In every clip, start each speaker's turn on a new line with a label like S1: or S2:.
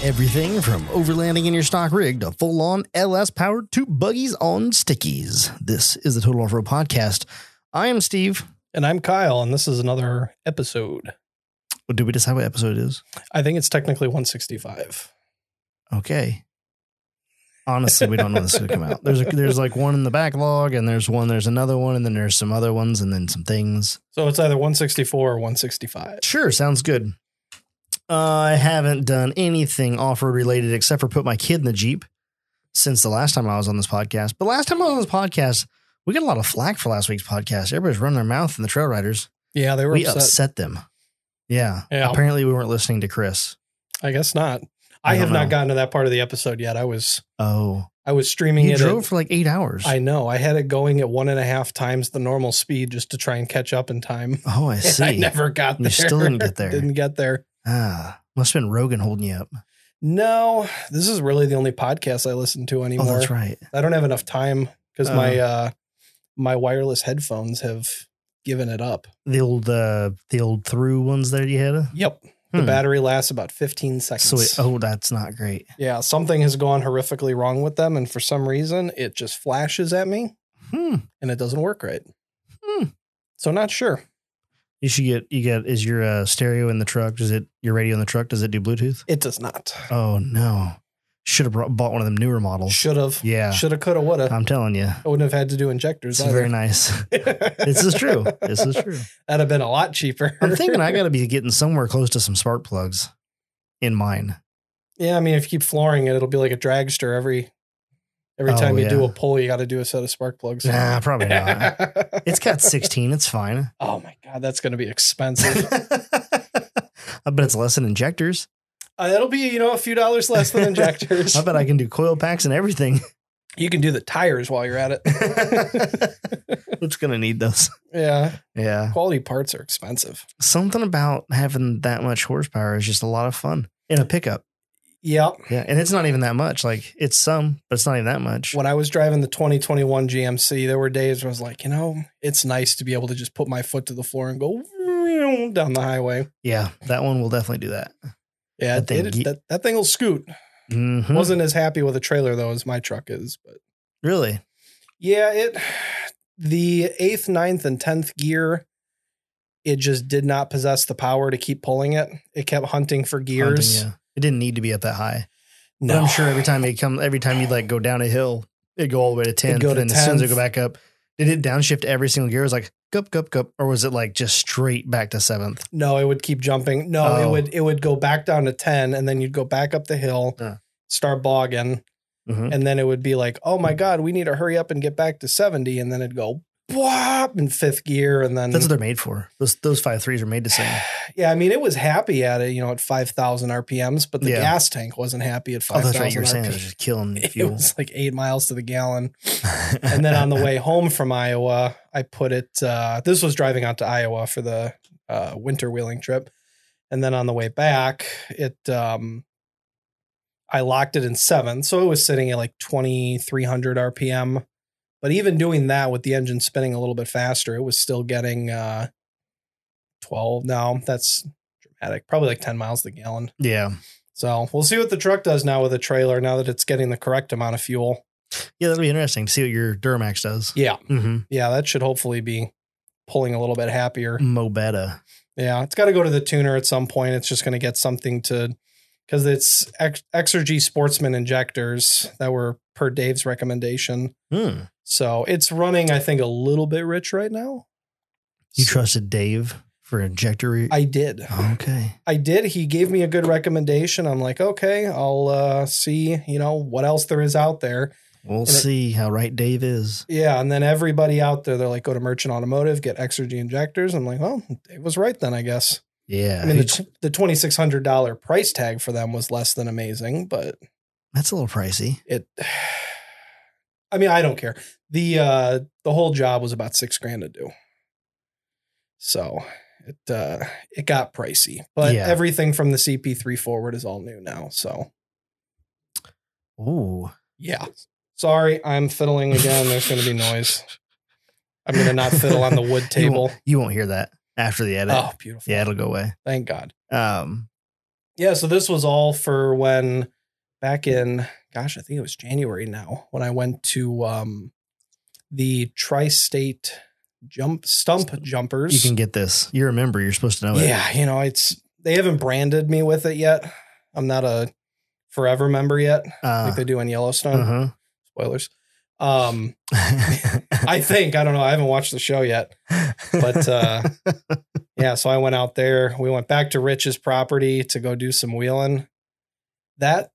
S1: Everything from overlanding in your stock rig to full on LS powered two buggies on stickies. This is the Total Off Road Podcast. I am Steve.
S2: And I'm Kyle, and this is another episode.
S1: Did we decide what episode it is?
S2: I think it's technically 165.
S1: Okay. Honestly, we don't know when this is going to come out. There's a, there's like one in the backlog, and there's one, there's another one, and then there's some other ones, and then some things.
S2: So it's either 164 or 165.
S1: Sure, sounds good. Uh, I haven't done anything off road related except for put my kid in the Jeep since the last time I was on this podcast. But last time I was on this podcast, we got a lot of flack for last week's podcast. Everybody's running their mouth in the trail riders.
S2: Yeah, they were
S1: We upset.
S2: upset.
S1: them. Yeah.
S2: Yeah.
S1: Apparently, we weren't listening to Chris.
S2: I guess not. I,
S1: I
S2: have
S1: don't
S2: not
S1: know.
S2: gotten to that part of the episode yet. I was
S1: Oh,
S2: I was streaming
S1: you
S2: it.
S1: drove
S2: at,
S1: for like eight hours.
S2: I know. I had it going at one and a half times the normal speed just to try and catch up in time.
S1: oh, I
S2: And
S1: see.
S2: I never got
S1: You
S2: there.
S1: still didn't get there.
S2: didn't get there.
S1: ah, must have been Rogan holding you up.
S2: No, this is really the only podcast I listen to
S1: Oh,
S2: anymore.
S1: that's right.
S2: I don't have enough time because
S1: Uh.
S2: my uh my wireless headphones have given it up.
S1: The old uh, the old through ones that you had.
S2: Yep. The
S1: Hmm.
S2: battery lasts about 15 seconds.
S1: So it, oh, that's not great.
S2: Yeah, something has gone horrifically wrong with them, and for some reason, it just flashes at me
S1: Hmm.
S2: and it doesn't work right.
S1: Hmm.
S2: So not sure.
S1: You should get you get is your uh, stereo in the truck? Does it your radio in the truck? Does it do Bluetooth?
S2: It does not.
S1: Oh no, should have brought, bought one of them newer models.
S2: Should have.
S1: Yeah,
S2: Should have. Could have. Would have.
S1: I'm telling you,
S2: I wouldn't have had to do injectors.
S1: it's very nice. this is true. This is true.
S2: That'd have been a lot cheaper.
S1: I'm thinking I got to be getting somewhere close to some spark plugs in mine.
S2: Yeah, I mean, if you keep flooring it, it'll be like a dragster every every
S1: Oh,
S2: time you do
S1: yeah.
S2: a pull. You got to do a set of spark plugs.
S1: Nah, probably not. It's got 16. It's fine.
S2: Oh my god, that's going to be expensive.
S1: I bet it's less than injectors.
S2: uh, that'll be you know a few dollars less than injectors.
S1: I bet I can do coil packs and everything.
S2: You can do the tires while you're at it.
S1: It's gonna need those.
S2: yeah.
S1: Yeah.
S2: Quality parts are expensive.
S1: Something about having that much horsepower is just a lot of fun in a pickup.
S2: Yep.
S1: Yeah, and it's not even that much. Like it's some, but it's not even that much.
S2: When I was driving the 2021 GMC, there were days where I was like, you know, it's nice to be able to just put my foot to the floor and go vroom down the highway.
S1: Yeah, that one will definitely do that.
S2: Yeah,
S1: That
S2: it-
S1: thing
S2: it-
S1: ge-
S2: that, that thing will scoot.
S1: Mhm.
S2: Wasn't as happy with a trailer though as my truck is, but
S1: really?
S2: yeah, it the eighth, ninth, and tenth gear, it just did not possess the power to keep pulling it. It kept hunting for gears.
S1: Hunting, yeah. It didn't need to be up that high. But I'm sure every time they come, every time you'd like go down a hill, it'd go all the way to 10.
S2: go
S1: But
S2: to
S1: then as soon as it
S2: 10th.
S1: go back up, did it downshift every single gear? It was like, gup, gup, gup. Or was it like just straight back to seventh?
S2: No, it would keep jumping. No,
S1: Oh.
S2: it would it would go back down to 10 and then you'd go back up the hill,
S1: Yeah.
S2: start bogging,
S1: Mhm.
S2: and then it would be like, "Oh my god, we need to hurry up and get back to 70." And then it'd go whop in fifth gear and then
S1: That's what they're made for. Those those five threes are made to sing.
S2: Yeah, I mean, it was happy at it, you know, at 5,000 RPMs, but the
S1: Yeah.
S2: gas tank wasn't happy at
S1: Oh,
S2: 5,000
S1: that's right. You were saying it was
S2: RPMs.
S1: just killing the
S2: It
S1: fuel.
S2: was like 8 miles to the gallon. and then on the way home from Iowa, I put it. Uh, this was driving out to Iowa for the uh, winter wheeling trip, and then on the way back, it um, I locked it in seven, so it was sitting at like twenty three hundred RPM. But even doing that with the engine spinning a little bit faster, it was still getting uh, twelve. Now that's dramatic, probably like ten miles to the gallon.
S1: yeah.
S2: So we'll see what the truck does now with the trailer. Now that it's getting the correct amount of fuel,
S1: Yeah, that'll be interesting to see what your Duramax does.
S2: yeah.
S1: Mm-hmm.
S2: yeah, that should hopefully be pulling a little bit
S1: Mm.
S2: happier.
S1: Mobetta.
S2: Yeah, it's got to go to the tuner at some point. It's just going to get something to because it's Ex- Exergy Sportsman injectors that were per Dave's recommendation.
S1: Hmm.
S2: So it's running, I think, a little bit rich right now.
S1: You
S2: So-
S1: trusted Dave for injector. Re-
S2: I did.
S1: okay.
S2: I did. He gave me a good recommendation. I'm like, okay, I'll uh, see, you know, what else there is out there.
S1: We'll
S2: And it-
S1: see how right Dave is.
S2: Yeah. And then everybody out there, they're like, go to Merchant Automotive, get Exergy injectors. I'm like, well, Dave was right then, I guess.
S1: Yeah.
S2: I mean, the,
S1: Who's-
S2: tw- the twenty six hundred dollar price tag for them was less than amazing, but
S1: that's a little pricey.
S2: it. I mean, I don't care. the uh The whole job was about six grand to do, so it uh it got pricey. But
S1: Yeah.
S2: everything from the CP three forward is all new now. So
S1: Ooh.
S2: yeah, sorry, I'm fiddling again. There's going to be noise. I'm going to not fiddle on the
S1: You
S2: wood
S1: won't-
S2: table.
S1: You won't hear that after the edit.
S2: Oh, beautiful!
S1: Yeah, it'll go away.
S2: Thank God.
S1: Um,
S2: Yeah, so this was all for when back in gosh, I think it was January now when I went to um the tri-state jump stump jumpers.
S1: You can get this. You're a member. You're supposed to know it.
S2: yeah, you know, it's they haven't branded me with it yet. I'm not a forever member yet, like
S1: Uh
S2: they do in Yellowstone.
S1: huh.
S2: Spoilers. Um
S1: uh-huh.
S2: I think I don't know. I haven't watched the show yet, but uh, yeah. So I went out there. We went back to Rich's property to go do some wheeling. That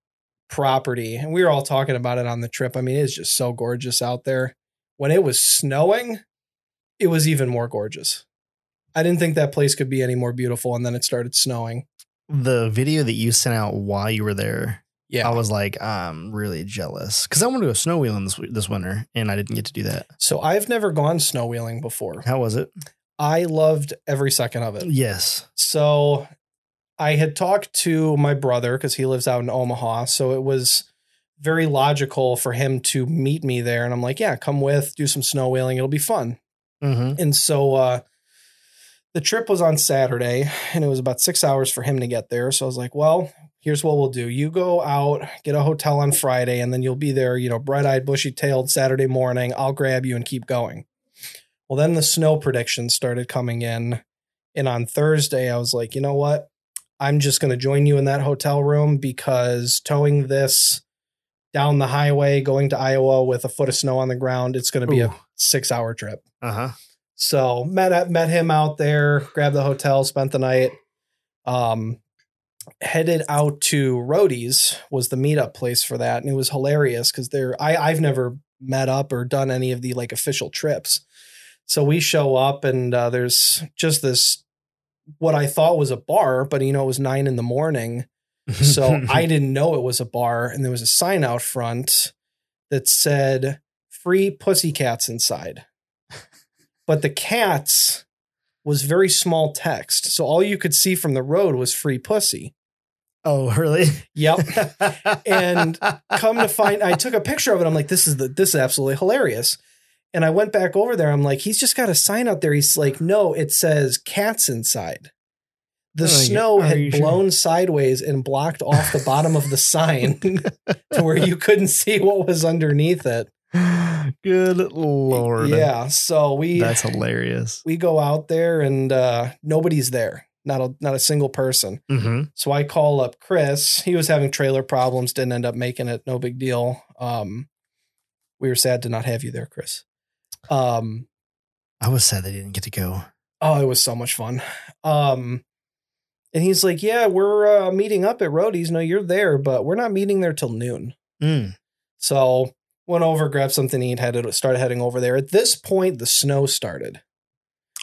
S2: property, and we were all talking about it on the trip. I mean, it's just so gorgeous out there. When it was snowing, it was even more gorgeous. I didn't think that place could be any more beautiful, and then it started snowing.
S1: the video that you sent out while you were there,
S2: Yeah.
S1: I was like, I'm really jealous because I want to go snow wheeling this this winter, and I didn't get to do that.
S2: So I've never gone snow wheeling before.
S1: How was it?
S2: I loved every second of it.
S1: Yes.
S2: So I had talked to my brother because he lives out in Omaha. So it was very logical for him to meet me there. And I'm like, yeah, come with, do some snow wheeling. It'll be fun.
S1: Mm-hmm.
S2: And so uh, the trip was on Saturday and it was about six hours for him to get there. So I was like, well, here's what we'll do you go out, get a hotel on Friday, and then you'll be there, you know, bright eyed, bushy tailed Saturday morning. I'll grab you and keep going. Well, then the snow predictions started coming in. And on Thursday, I was like, you know what? I'm just going to join you in that hotel room because towing this down the highway, going to Iowa with a foot of snow on the ground, it's going to be a six hour trip.
S1: Uh huh.
S2: So met met him out there, grabbed the hotel, spent the night. Um, headed out to Roadies was the meetup place for that, and it was hilarious because there I I've never met up or done any of the like official trips. So we show up and uh, there's just this what I thought was a bar, but you know it was nine in the morning, so I didn't know it was a bar, and there was a sign out front that said "Free Pussycats Inside," but the cats was very small text, so all you could see from the road was "Free Pussy."
S1: oh really?
S2: Yep. And Come to find, I took a picture of it. I'm like, this is the this is absolutely hilarious. And I went back over there. I'm like, he's just got a sign out there. He's like, no, it says cats inside. The
S1: Oh, yeah.
S2: snow
S1: Are
S2: had
S1: you sure?
S2: blown sideways and blocked off the bottom of the sign to where you couldn't see what was underneath it.
S1: Good lord.
S2: Yeah. So we
S1: That's hilarious.
S2: we go out there and uh, nobody's there. Not a not a single person.
S1: Mm-hmm.
S2: So I call up Chris. He was having trailer problems, didn't end up making it. No big deal. Um, we were sad to not have you there, Chris. Um,
S1: I was sad they didn't get to go.
S2: oh, it was so much fun. Um, and he's like, "Yeah, we're uh, meeting up at Roadies. No, you're there, but we're not meeting there till noon."
S1: Mm.
S2: So went over, grabbed something to eat, headed started heading over there. At this point, the snow started.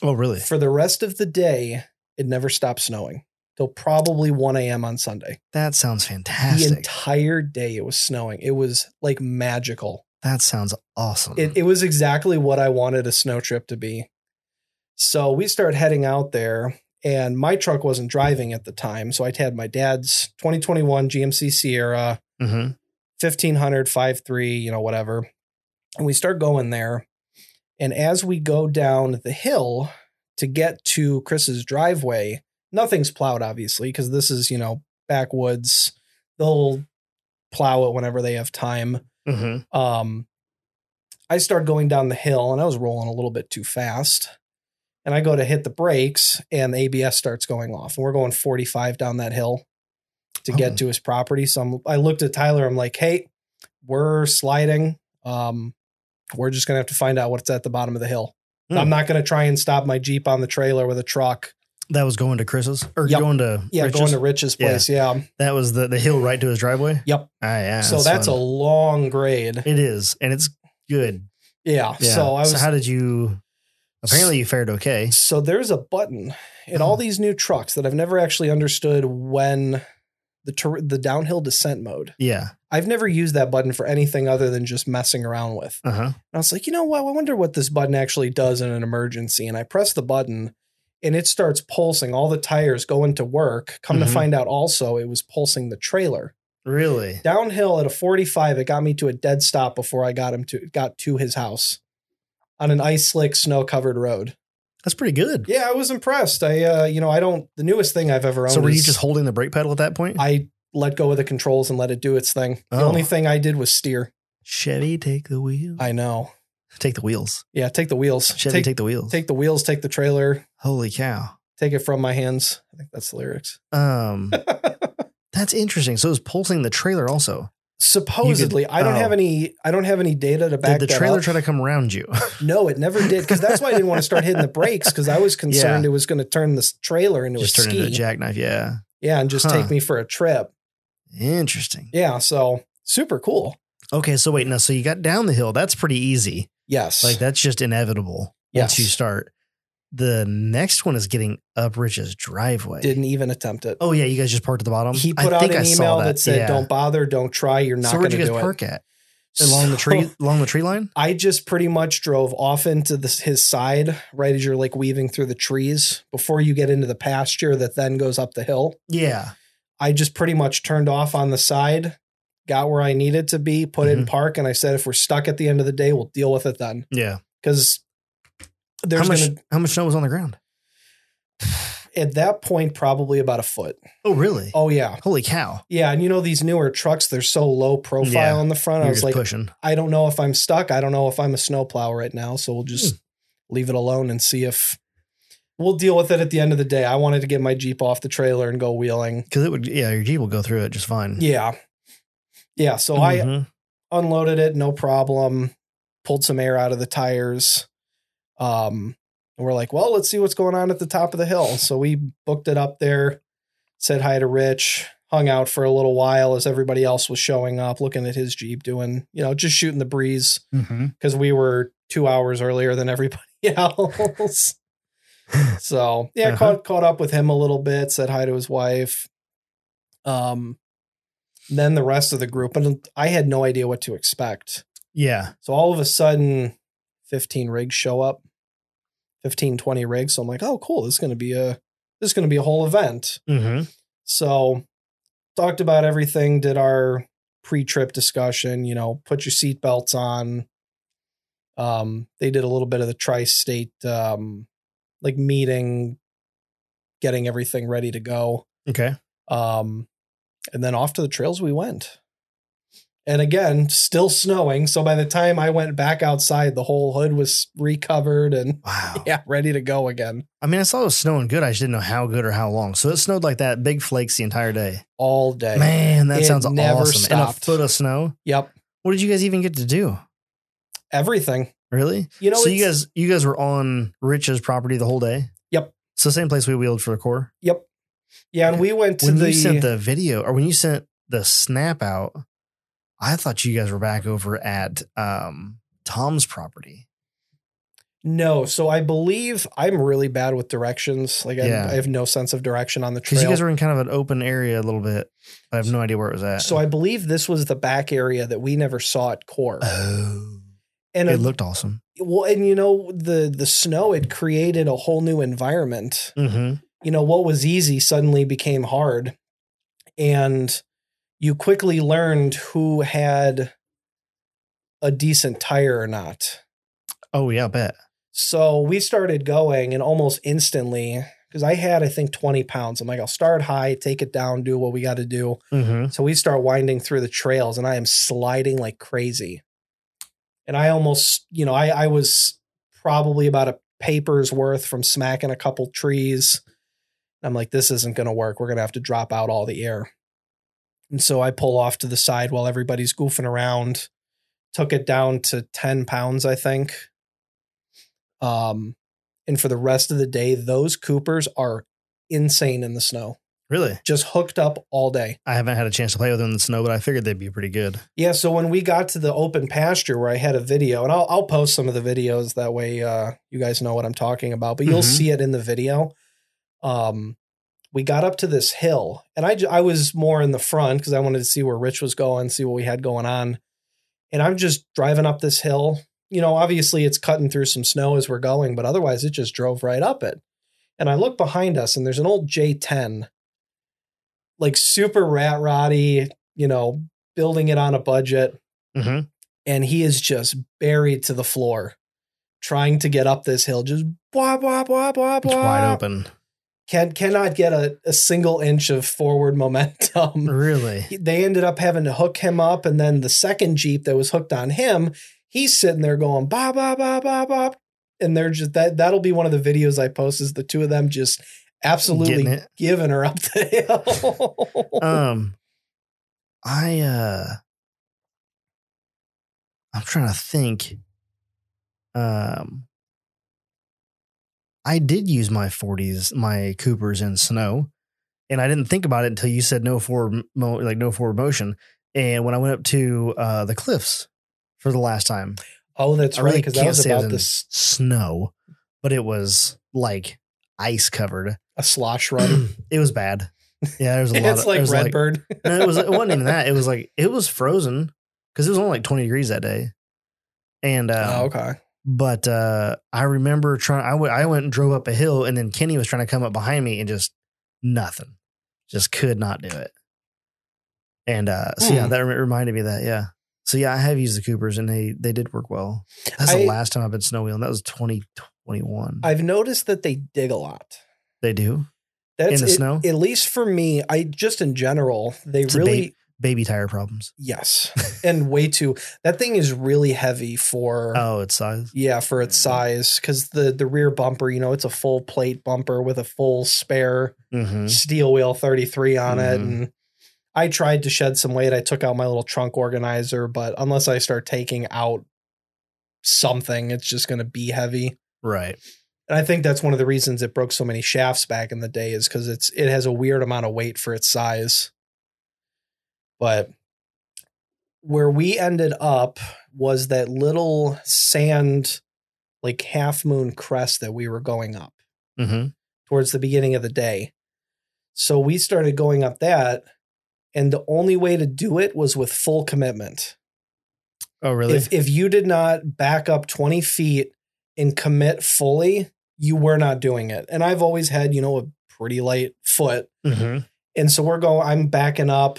S1: Oh really?
S2: For the rest of the day, it never stopped snowing till probably one a.m. on Sunday.
S1: That sounds
S2: the
S1: fantastic.
S2: entire day it was snowing it was like magical
S1: that sounds awesome.
S2: it, it was exactly what i wanted a snow trip to be so we started heading out there and my truck wasn't driving at the time so i had my dad's 2021 gmc sierra
S1: Mhm.
S2: 1500 53 you know whatever and we start going there and as we go down the hill to get to chris's driveway nothing's plowed obviously because this is you know backwoods they'll plow it whenever they have time
S1: Mhm.
S2: um i start going down the hill and i was rolling a little bit too fast and i go to hit the brakes and the abs starts going off and we're going 45 down that hill to get
S1: Oh.
S2: to his property so I'm, i looked at tyler i'm like hey we're sliding um we're just gonna have to find out what's at the bottom of the hill
S1: Hmm.
S2: i'm not gonna try and stop my jeep on the trailer with a truck
S1: That was going to Chris's or
S2: Yep.
S1: going to
S2: yeah
S1: Rich's?
S2: going to rich's
S1: Yeah.
S2: place yeah,
S1: that was the, the hill right to his driveway.
S2: Yep.
S1: Ah, yeah.
S2: so that's a
S1: fun.
S2: long grade
S1: It is, and it's good.
S2: yeah,
S1: Yeah.
S2: so i was
S1: how did you? Apparently, you fared okay.
S2: So there's a button in all these new trucks that I've never actually understood when the ter- the downhill descent mode.
S1: Yeah.
S2: I've never used that button for anything other than just messing around with.
S1: Uh huh.
S2: And I was like, you know what? I wonder what this button actually does in an emergency. And I press the button and it starts pulsing all the tires going to work. Come
S1: Mhm.
S2: to find out also it was pulsing the trailer.
S1: Really?
S2: Downhill at a 45 it got me to a dead stop before I got him to got to his house on an ice slick snow covered road.
S1: That's pretty good.
S2: Yeah, I was impressed. I, uh, you know, I don't. The newest thing I've ever owned.
S1: So were you
S2: is-
S1: just holding the brake pedal at that point?
S2: I let go of the controls and let it do its thing. The
S1: Oh.
S2: only thing I did was steer.
S1: Chevy, take the wheel.
S2: I know.
S1: take the wheels.
S2: Yeah, take the wheels.
S1: Chevy,
S2: take,
S1: take, the wheels.
S2: take the wheels. Take the trailer.
S1: Holy cow.
S2: Take it from my hands. I think that's the lyrics.
S1: Um, that's interesting. So it was pulsing the trailer also.
S2: Supposedly, I don't
S1: oh.
S2: have any. I don't have any data to back
S1: Did the
S2: that
S1: trailer
S2: up.
S1: try to come around you?
S2: No, it never did because that's why I didn't want to start hitting the brakes because I was concerned it was going to turn this trailer into
S1: just
S2: a
S1: turned
S2: ski.
S1: into a jackknife. Yeah.
S2: yeah, and just
S1: Huh.
S2: take me for a trip.
S1: Interesting.
S2: Yeah, so super cool.
S1: Okay. So wait, no. So you got down the hill. That's pretty easy.
S2: Yes,
S1: Like that's just inevitable once
S2: Yes.
S1: you start. The next one is getting up Rich's driveway.
S2: didn't even attempt it.
S1: oh yeah, you guys just parked at the bottom.
S2: he put out an email that. said,
S1: Yeah.
S2: "Don't bother, don't try, you're not
S1: So
S2: going
S1: where'd you
S2: to
S1: guys
S2: do
S1: park at?
S2: it."
S1: Along the
S2: So
S1: tree, along the tree line.
S2: I just pretty much drove off into this his side right as you're like weaving through the trees before you get into the pasture that then goes up the hill.
S1: Yeah.
S2: I just pretty much turned off on the side, got where I needed to be, put it in
S1: Mhm.
S2: park, and I said, if we're stuck at the end of the day, we'll deal with it then.
S1: Yeah.
S2: Because there's
S1: how much?
S2: gonna
S1: how much snow was on the ground?
S2: at that point probably about a foot.
S1: Oh really?
S2: Oh yeah.
S1: Holy cow!
S2: Yeah, and you know these newer trucks, they're so low profile
S1: Yeah.
S2: on the front.
S1: You're
S2: I was
S1: just
S2: like,
S1: pushing.
S2: I don't know if I'm stuck. I don't know if I'm a snowplow right now. So we'll just leave it alone and see if we'll deal with it at the end of the day. I wanted to get my Jeep off the trailer and go wheeling.
S1: Because it would, yeah, your Jeep will go through it just fine.
S2: Yeah. Yeah. So I
S1: Mhm.
S2: unloaded it, no problem, pulled some air out of the tires. Um, and we're like, well, let's see what's going on at the top of the hill. So we booked it up there, said hi to Rich, hung out for a little while as everybody else was showing up, looking at his Jeep, doing, you know, just shooting the breeze. because we were two hours earlier than everybody else. so yeah,
S1: Uh-huh.
S2: caught caught up with him a little bit, said hi to his wife. Um, then the rest of the group, and I had no idea what to expect.
S1: Yeah.
S2: So all of a sudden, 15 rigs show up, 15, 20 rigs. So I'm like, oh, cool. This is gonna be a this is gonna be a whole event.
S1: Mm-hmm.
S2: So talked about everything, did our pre-trip discussion, you know, put your seatbelts on. Um, they did a little bit of the tri-state um like meeting, getting everything ready to go.
S1: Okay.
S2: Um, and then off to the trails we went. And again, still snowing. So by the time I went back outside, the whole hood was recovered and
S1: Wow.
S2: yeah, ready to go again
S1: I mean, I saw it was snowing good. I just didn't know how good or how long. So it snowed like that, big flakes the entire day.
S2: all day.
S1: Man, that
S2: It
S1: sounds
S2: never
S1: awesome. And a
S2: stopped.
S1: foot of snow.
S2: Yep.
S1: What did you guys even get to do?
S2: Everything.
S1: Really?
S2: You know,
S1: so you
S2: it's-
S1: guys, you guys were on Rich's property the whole day.
S2: Yep.
S1: So same place we wheeled for the core.
S2: Yep. Yeah, and we went to
S1: When
S2: the,
S1: you sent the video, or when you sent the snap out, I thought you guys were back over at um, Tom's property.
S2: no. So I believe I'm really bad with directions. Like I,
S1: Yeah.
S2: I have no sense of direction on the
S1: Because
S2: trail.
S1: you guys were in kind of an open area a little bit. I have no idea where it was at.
S2: so I believe this was the back area that we never saw at core.
S1: oh,
S2: And
S1: it
S2: it
S1: looked awesome.
S2: well, and you know the the snow had created a whole new environment.
S1: Mm-hmm.
S2: You know what was easy suddenly became hard, and you quickly learned who had a decent tire or not.
S1: Oh yeah, I bet.
S2: So we started going and almost instantly, because I had, I think, 20 pounds. I'm like, I'll start high, take it down, do what we got to do.
S1: Mm-hmm.
S2: So we start winding through the trails and I am sliding like crazy. And I almost, you know, I, I was probably about a paper's worth from smacking a couple trees. I'm like, this isn't going to work. We're going to have to drop out all the air. And so I pull off to the side while everybody's goofing around, took it down to 10 pounds, I think. Um, and for the rest of the day, those Coopers are insane in the snow,
S1: Really,
S2: just hooked up all day.
S1: I haven't had a chance to play with them in the snow, but I figured they'd be pretty good.
S2: Yeah, so when we got to the open pasture where I had a video, and I'll I'll post some of the videos that way uh, you guys know what I'm talking about, but you'll
S1: Mhm.
S2: see it in the video. Um, we got up to this hill, and I j- I was more in the front because I wanted to see where Rich was going, see what we had going on, and I'm just driving up this hill. You know, obviously it's cutting through some snow as we're going, but otherwise it just drove right up it. And I look behind us, and there's an old J10, like super rat roddy, you know, building it on a budget
S1: Mm-hmm.
S2: and he is just buried to the floor trying to get up this hill, just blah blah blah blah blah.
S1: It's wide open.
S2: Can cannot get a, a single inch of forward momentum.
S1: Really?
S2: they ended up having to hook him up, and then the second jeep that was hooked on him, he's sitting there going blah blah blah blah blah, and they're just that that'll be one of the videos I post is the two of them just
S1: Getting
S2: absolutely
S1: it.
S2: giving her up the hill.
S1: Um, I uh, I'm trying to think. Um, I did use my 40s, my Coopers in snow, and I didn't think about it until you said no forward, mo- like no forward motion. And when I went up to uh, the cliffs for the last time,
S2: oh, that's
S1: I
S2: right,
S1: really
S2: because that
S1: can't
S2: was
S1: say it was
S2: about
S1: in
S2: this
S1: snow, but it was like ice covered.
S2: a slosh run.
S1: It was bad. Yeah, there's a lot.
S2: it's
S1: of,
S2: like
S1: there's like
S2: Redbird.
S1: no, it was it wasn't even that. It was like it was frozen because it was only like 20 degrees that day. And uh
S2: oh, okay.
S1: but uh I remember trying I went I went and drove up a hill and then Kenny was trying to come up behind me and just nothing. Just could not do it. And uh so yeah,
S2: Hmm.
S1: that rem- reminded me of that, yeah. So yeah, I have used the Coopers and they they did work well. That's
S2: I-
S1: the last time I've been snow wheeling. That was 2021.
S2: I've noticed that they dig a lot.
S1: they do.
S2: That's
S1: the
S2: it-
S1: snow?
S2: At least for me, I just in general, they
S1: It's a
S2: really
S1: bait. Baby tire problems.
S2: yes, and way too. That thing is really heavy for
S1: Oh, it's size.
S2: yeah for its
S1: Mhm.
S2: size because the the rear bumper, you know, it's a full plate bumper with a full spare
S1: Mm-hmm.
S2: steel wheel thirty three on it,
S1: Mhm.
S2: and I tried to shed some weight. I took out my little trunk organizer, but unless I start taking out something, it's just going to be heavy.
S1: Right.
S2: And I think that's one of the reasons it broke so many shafts back in the day is because it's it has a weird amount of weight for its size. But where we ended up was that little sand, like half moon crest that we were going up
S1: Mm-hmm.
S2: towards the beginning of the day. So we started going up that, and the only way to do it was with full commitment.
S1: Oh, really?
S2: If if you did not back up 20 feet and commit fully, you were not doing it. And I've always had, you know, a pretty light foot.
S1: mm-hmm.
S2: And so we're going, I'm backing up.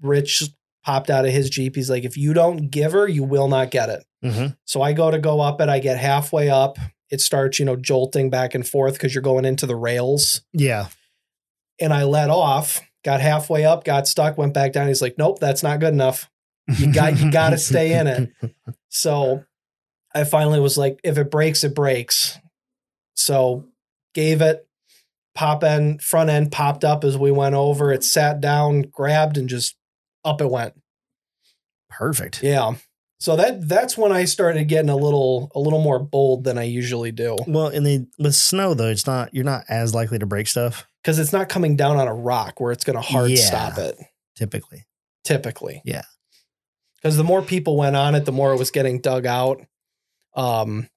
S2: Rich popped out of his Jeep. He's like, if you don't give her, you will not get it.
S1: Mm-hmm.
S2: So I go to go up it. I get halfway up. It starts, you know, jolting back and forth because you're going into the rails.
S1: Yeah.
S2: And I let off, got halfway up, got stuck, went back down. He's like, nope, that's not good enough. You got- you gotta stay in it. So I finally was like, if it breaks, it breaks. So gave it pop end, front end popped up as we went over. It sat down, grabbed, and just up it went.
S1: Perfect.
S2: Yeah. So that that's when I started getting a little a little more bold than I usually do.
S1: Well, and the with snow though, it's not you're not as likely to break stuff
S2: Because it's not coming down on a rock where it's gonna hard
S1: Yeah.
S2: stop it,
S1: typically.
S2: typically.
S1: Yeah.
S2: Because the more people went on it, the more it was getting dug out. Um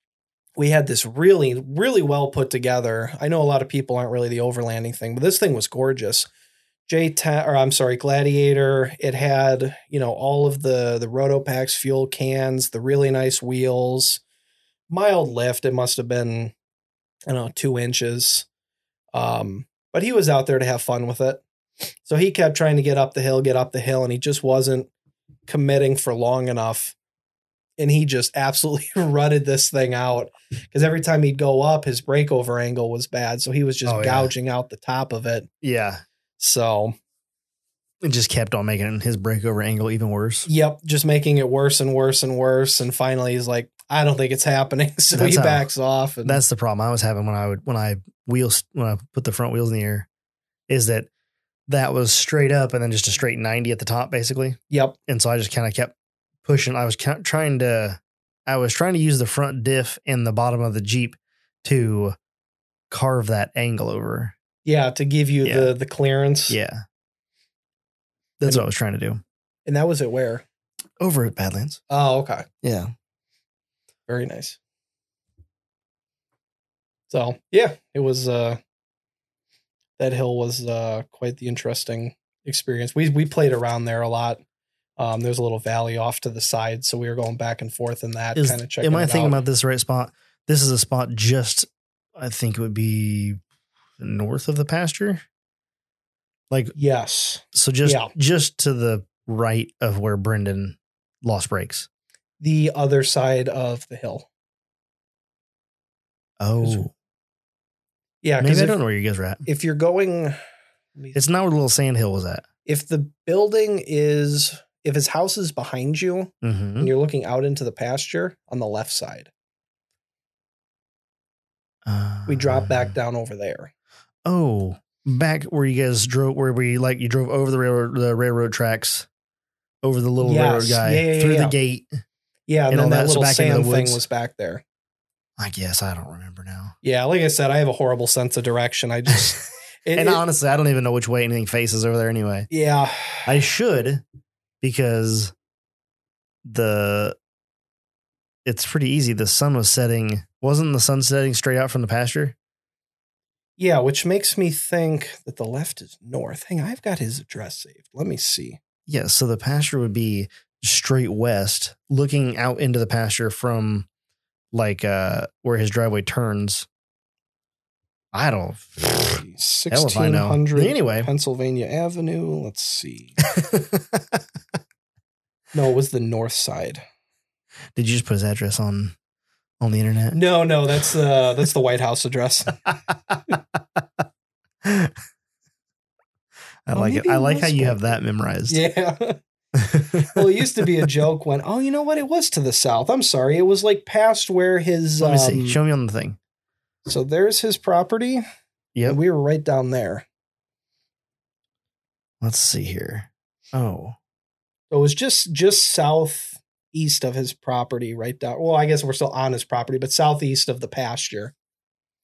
S2: we had this really, really well put together. I know a lot of people aren't really the overlanding thing, but this thing was gorgeous. J10 or I'm sorry, Gladiator. It had, you know, all of the the Rotopax fuel cans, the really nice wheels, mild lift. It must have been, I don't know, two inches. Um, but he was out there to have fun with it. So he kept trying to get up the hill, get up the hill, and he just wasn't committing for long enough. And he just absolutely rutted this thing out because every time he'd go up, his breakover angle was bad. So he was just
S1: Oh, yeah.
S2: gouging out the top of it.
S1: Yeah.
S2: So,
S1: It just kept on making his breakover angle even worse.
S2: yep, just making it worse and worse and worse. And finally, he's like, I don't think it's happening. So
S1: That's
S2: he
S1: how-
S2: backs off. And
S1: That's the problem I was having when I would when I wheels when I put the front wheels in the air, is that that was straight up and then just a straight ninety at the top basically,
S2: yep,
S1: and so I just kind of kept pushing. I was ca- trying to, I was trying to use the front diff and the bottom of the Jeep to carve that angle over.
S2: yeah, to give you
S1: Yeah.
S2: the the clearance.
S1: Yeah. That's what I was trying to do.
S2: and that was it. Where?
S1: Over at Badlands.
S2: Oh, okay,
S1: Yeah.
S2: very nice. So yeah, it was. uh That hill was uh quite the interesting experience. We we played around there a lot. Um, there's a little valley off to the side, so we were going back and forth in that
S1: Is-
S2: kind of checking.
S1: Am I
S2: it
S1: thinking
S2: out.
S1: about this the right spot? This is a spot just, I think it would be north of the pasture. Like,
S2: Yes.
S1: so just,
S2: Yeah.
S1: just to the right of where Brendan lost brakes.
S2: the other side of the hill.
S1: Oh,
S2: Yeah,
S1: maybe
S2: because
S1: I
S2: if,
S1: don't know where you guys are at.
S2: if you're going, let me-
S1: It's not where the little sand hill was at.
S2: if the building is if his house is behind you
S1: Mm-hmm.
S2: and you're looking out into the pasture on the left side,
S1: Uh,
S2: we drop back down over there.
S1: Oh, back where you guys drove, where we like you drove over the railroad, the railroad tracks, over the little
S2: Yes.
S1: railroad guy
S2: Yeah, yeah, yeah,
S1: through
S2: yeah.
S1: the gate.
S2: Yeah, and,
S1: And all
S2: then that
S1: that's
S2: little
S1: back into the
S2: sand thing
S1: woods.
S2: was back there.
S1: I guess I don't remember now.
S2: Yeah, like I said, I have a horrible sense of direction. I just it,
S1: and
S2: it-
S1: honestly, I don't even know which way anything faces over there anyway.
S2: yeah,
S1: I should because the it's pretty easy. The sun was setting. Wasn't the sun setting straight out from the pasture?
S2: yeah, which makes me think that the left is north. Hang, on, I've got his address saved. Let me see.
S1: Yeah, so the pasture would be straight west, looking out into the pasture from like uh where his driveway turns. I don't Hell if I
S2: Sixteen
S1: know.
S2: hundred
S1: Anyway.
S2: Pennsylvania Avenue. Let's see. No, it was the north side.
S1: Did you just put his address on on the internet?
S2: No, no, that's uh that's the White House address.
S1: I
S2: Well,
S1: like it.
S2: maybe
S1: I
S2: it
S1: like how
S2: was
S1: you
S2: back
S1: have that memorized.
S2: yeah. Well, it used to be a joke when oh, you know what? It was to the south. I'm sorry. It was like past where his
S1: Let me see.
S2: um,
S1: Show me on the thing.
S2: So there's his property.
S1: Yep.
S2: and we were right down there.
S1: Let's see here. Oh.
S2: So it was just just southeast of his property, right down. Well, I guess we're still on his property, but southeast of the pasture.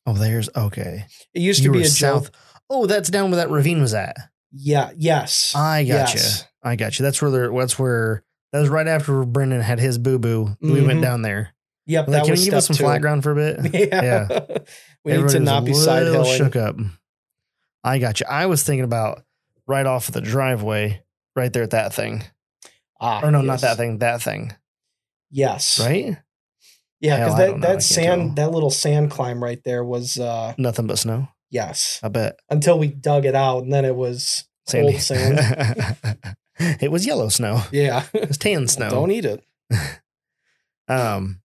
S1: Oh, there's okay.
S2: It used to
S1: You
S2: be
S1: were
S2: a
S1: south.
S2: joke.
S1: Oh, that's down where that ravine was at.
S2: Yeah. Yes.
S1: I gotcha.
S2: Yes.
S1: I gotcha. That's where they're, that's where that was right after Brendan had his boo boo. We went
S2: Mhm.
S1: down there.
S2: Yep.
S1: Like,
S2: that
S1: can
S2: was
S1: you give us some
S2: step two.
S1: flat ground for a bit?
S2: Yeah. we need
S1: Everybody
S2: to
S1: was
S2: not
S1: a
S2: be side
S1: little
S2: hilling.
S1: Shook up. I got you. I was thinking about right off of the driveway, right there at that thing.
S2: Ah,
S1: Or no, not
S2: yes.
S1: that thing. That thing.
S2: Yes.
S1: Right?
S2: Yeah,
S1: Hell,
S2: because
S1: I
S2: that
S1: don't know. I
S2: that
S1: can't
S2: sand that little sand climb right there was uh
S1: Nothing but snow.
S2: yes
S1: I bet.
S2: until we dug it out and then it was
S1: Sandy.
S2: old sand.
S1: it was yellow snow.
S2: yeah.
S1: It was tan snow.
S2: Don't e- eat it.
S1: Um,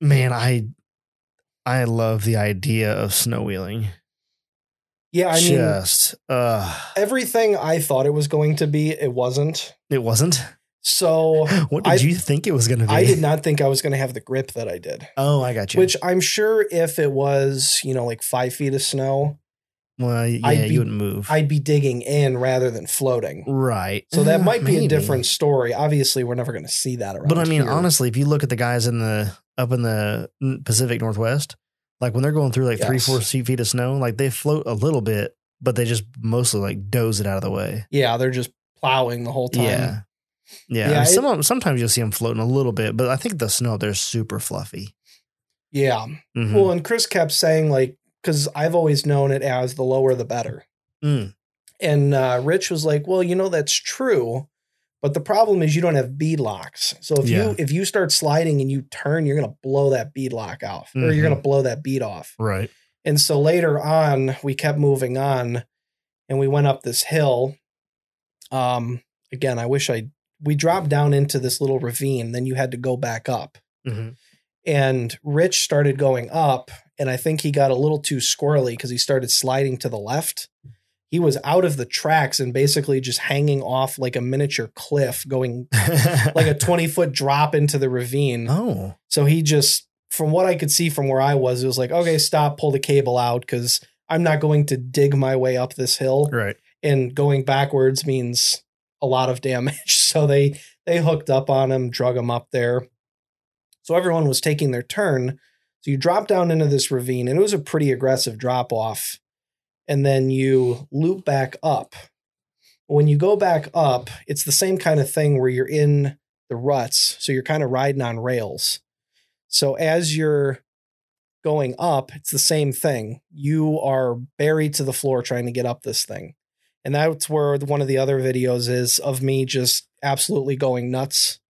S1: man, I I love the idea of snow wheeling.
S2: Yeah, I mean
S1: Just uh,
S2: everything I thought it was going to be, it wasn't.
S1: it wasn't.
S2: So
S1: What did
S2: I-
S1: you think it was going to be?
S2: I did not think I was going to have the grip that I did.
S1: Oh, I got you.
S2: Which I'm sure if it was, you know, like five feet of snow,
S1: well, yeah,
S2: I'd be-
S1: you wouldn't move.
S2: I'd be digging in rather than floating.
S1: right.
S2: So that
S1: Uh,
S2: might be
S1: maybe.
S2: a different story. Obviously, we're never going to see that around.
S1: But I mean,
S2: here.
S1: honestly, if you look at the guys in the up in the n- Pacific Northwest, like when they're going through like three,
S2: Yes.
S1: four feet feet of snow, like they float a little bit, but they just mostly like doze it out of the way.
S2: yeah, they're just plowing the whole time.
S1: Yeah. Yeah.
S2: Yeah, it-
S1: Some of 'em- sometimes you'll see them floating a little bit, but I think the snow they're super fluffy.
S2: Yeah.
S1: Mhm.
S2: Well, and Chris kept saying like, because I've always known it as the lower the better.
S1: Mm.
S2: And uh, Rich was like, well, you know that's true, but the problem is you don't have bead locks. So if
S1: Yeah.
S2: you if you start sliding and you turn, you're gonna blow that bead lock off, or
S1: Mhm.
S2: you're gonna blow that bead off.
S1: Right.
S2: And so later on, we kept moving on, and we went up this hill. Um, again, I wish I we dropped down into this little ravine. Then you had to go back up
S1: Mhm.
S2: and Rich started going up, and I think he got a little too squirrely because he started sliding to the left. He was out of the tracks and basically just hanging off like a miniature cliff, going like a 20 foot drop into the ravine.
S1: Mm-hmm. oh,
S2: So he just, from what I could see from where I was, it was like, okay, stop, pull the cable out because I'm not going to dig my way up this hill.
S1: right.
S2: And going backwards means a lot of damage. So they they hooked up on him, drug him up there. So everyone was taking their turn. So you drop down into this ravine, and it was a pretty aggressive drop off. And then you loop back up. When you go back up, it's the same kind of thing where you're in the ruts. So you're kind of riding on rails. So as you're going up, it's the same thing. You are buried to the floor trying to get up this thing. And that's where one of the other videos is of me just absolutely going nuts.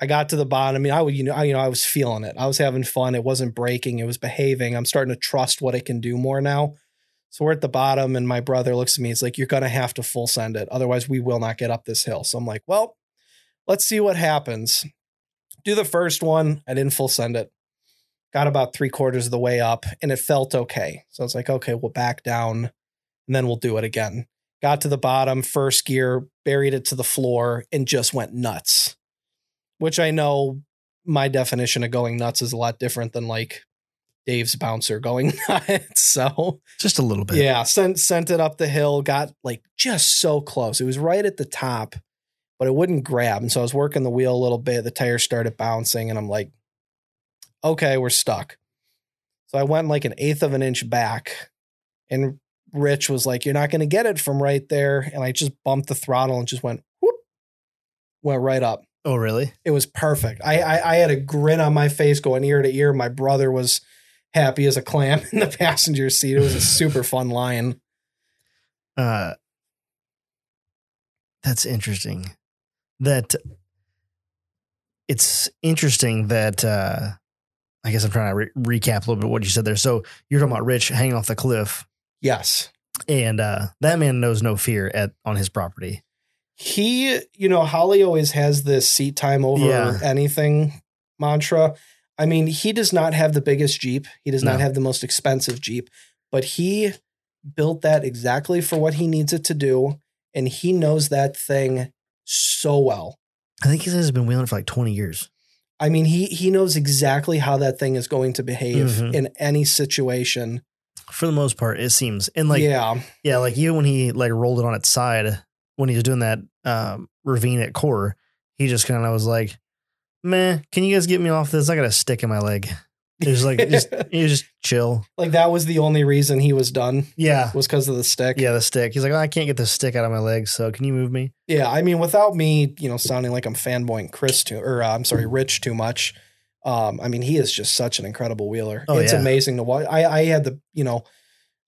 S2: I got to the bottom. I mean, I would, you know, I, you know, I was feeling it. I was having fun. It wasn't breaking. It was behaving. I'm starting to trust what it can do more now. So we're at the bottom, and my brother looks at me. He's like, "You're gonna have to full send it, otherwise we will not get up this hill." So I'm like, "Well, let's see what happens." Do the first one. I didn't full send it. got about three quarters of the way up and it felt okay. So I was like, okay, we'll back down and then we'll do it again. Got to the bottom, first gear, buried it to the floor, and just went nuts. Which I know my definition of going nuts is a lot different than like Dave's bouncer going nuts. So
S1: Just a little bit.
S2: yeah, sent sent it up the hill, got like just so close. It was right at the top, but it wouldn't grab. And so I was working the wheel a little bit. The tire started bouncing, and I'm like, okay, we're stuck. So I went like an eighth of an inch back, and Rich was like, You're not gonna get it from right there. And I just bumped the throttle and just went whoop, went right up
S1: Oh, really?
S2: it was perfect. I, I I had a grin on my face going ear to ear. My brother was happy as a clam in the passenger seat. It was a super fun line.
S1: Uh, that's interesting. That it's interesting that uh, I guess I'm trying to re- recap a little bit what you said there. So you're talking about Rich hanging off the cliff,
S2: Yes.
S1: and uh, that man knows no fear at on his property.
S2: He, you know, Holly always has this seat time over
S1: Yeah.
S2: anything mantra. I mean, he does not have the biggest Jeep. He does
S1: No.
S2: not have the most expensive Jeep, but he built that exactly for what he needs it to do. And he knows that thing so well.
S1: I think he says he's been wheeling for like 20 years.
S2: I mean, he he knows exactly how that thing is going to behave
S1: Mhm.
S2: in any situation.
S1: For the most part, it seems. And like, yeah,
S2: yeah,
S1: like even when he like rolled it on its side when he was doing that um, ravine at core, he just kind of was like, "Man, can you guys get me off this? I got a stick in my leg." It was like just he was just chill.
S2: like that was the only reason he was done
S1: Yeah.
S2: was because of the stick.
S1: Yeah, the stick. He's like, "Oh, I can't get the stick out of my leg, so can you move me?
S2: yeah. I mean, without me, you know, sounding like I'm fanboying Chris too, or uh, I'm sorry, Rich too much. Um, I mean, he is just such an incredible wheeler.
S1: Oh,
S2: it's
S1: yeah.
S2: amazing to watch. I I had the you know,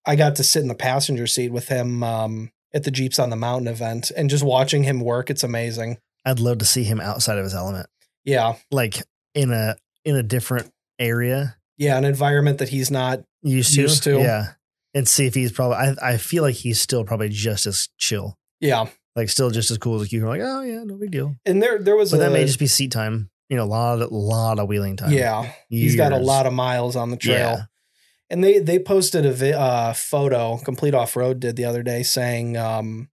S2: I got to sit in the passenger seat with him um, at the Jeeps on the Mountain event, and just watching him work, it's amazing.
S1: I'd love to see him outside of his element,
S2: Yeah,
S1: like in a in a different area.
S2: yeah, an environment that he's not
S1: Used to,
S2: Used to.
S1: yeah, and see if he's probably. I I feel like he's still probably just as chill,
S2: yeah
S1: like still just as cool as you. You're like, oh yeah, no big deal.
S2: And there there was
S1: But
S2: a
S1: that may just be seat time. You know, a lot of lot of wheeling time.
S2: yeah. He's got a
S1: Years.
S2: lot of miles on the trail.
S1: Yeah.
S2: And they they posted a vi- uh, photo complete off road did the other day saying um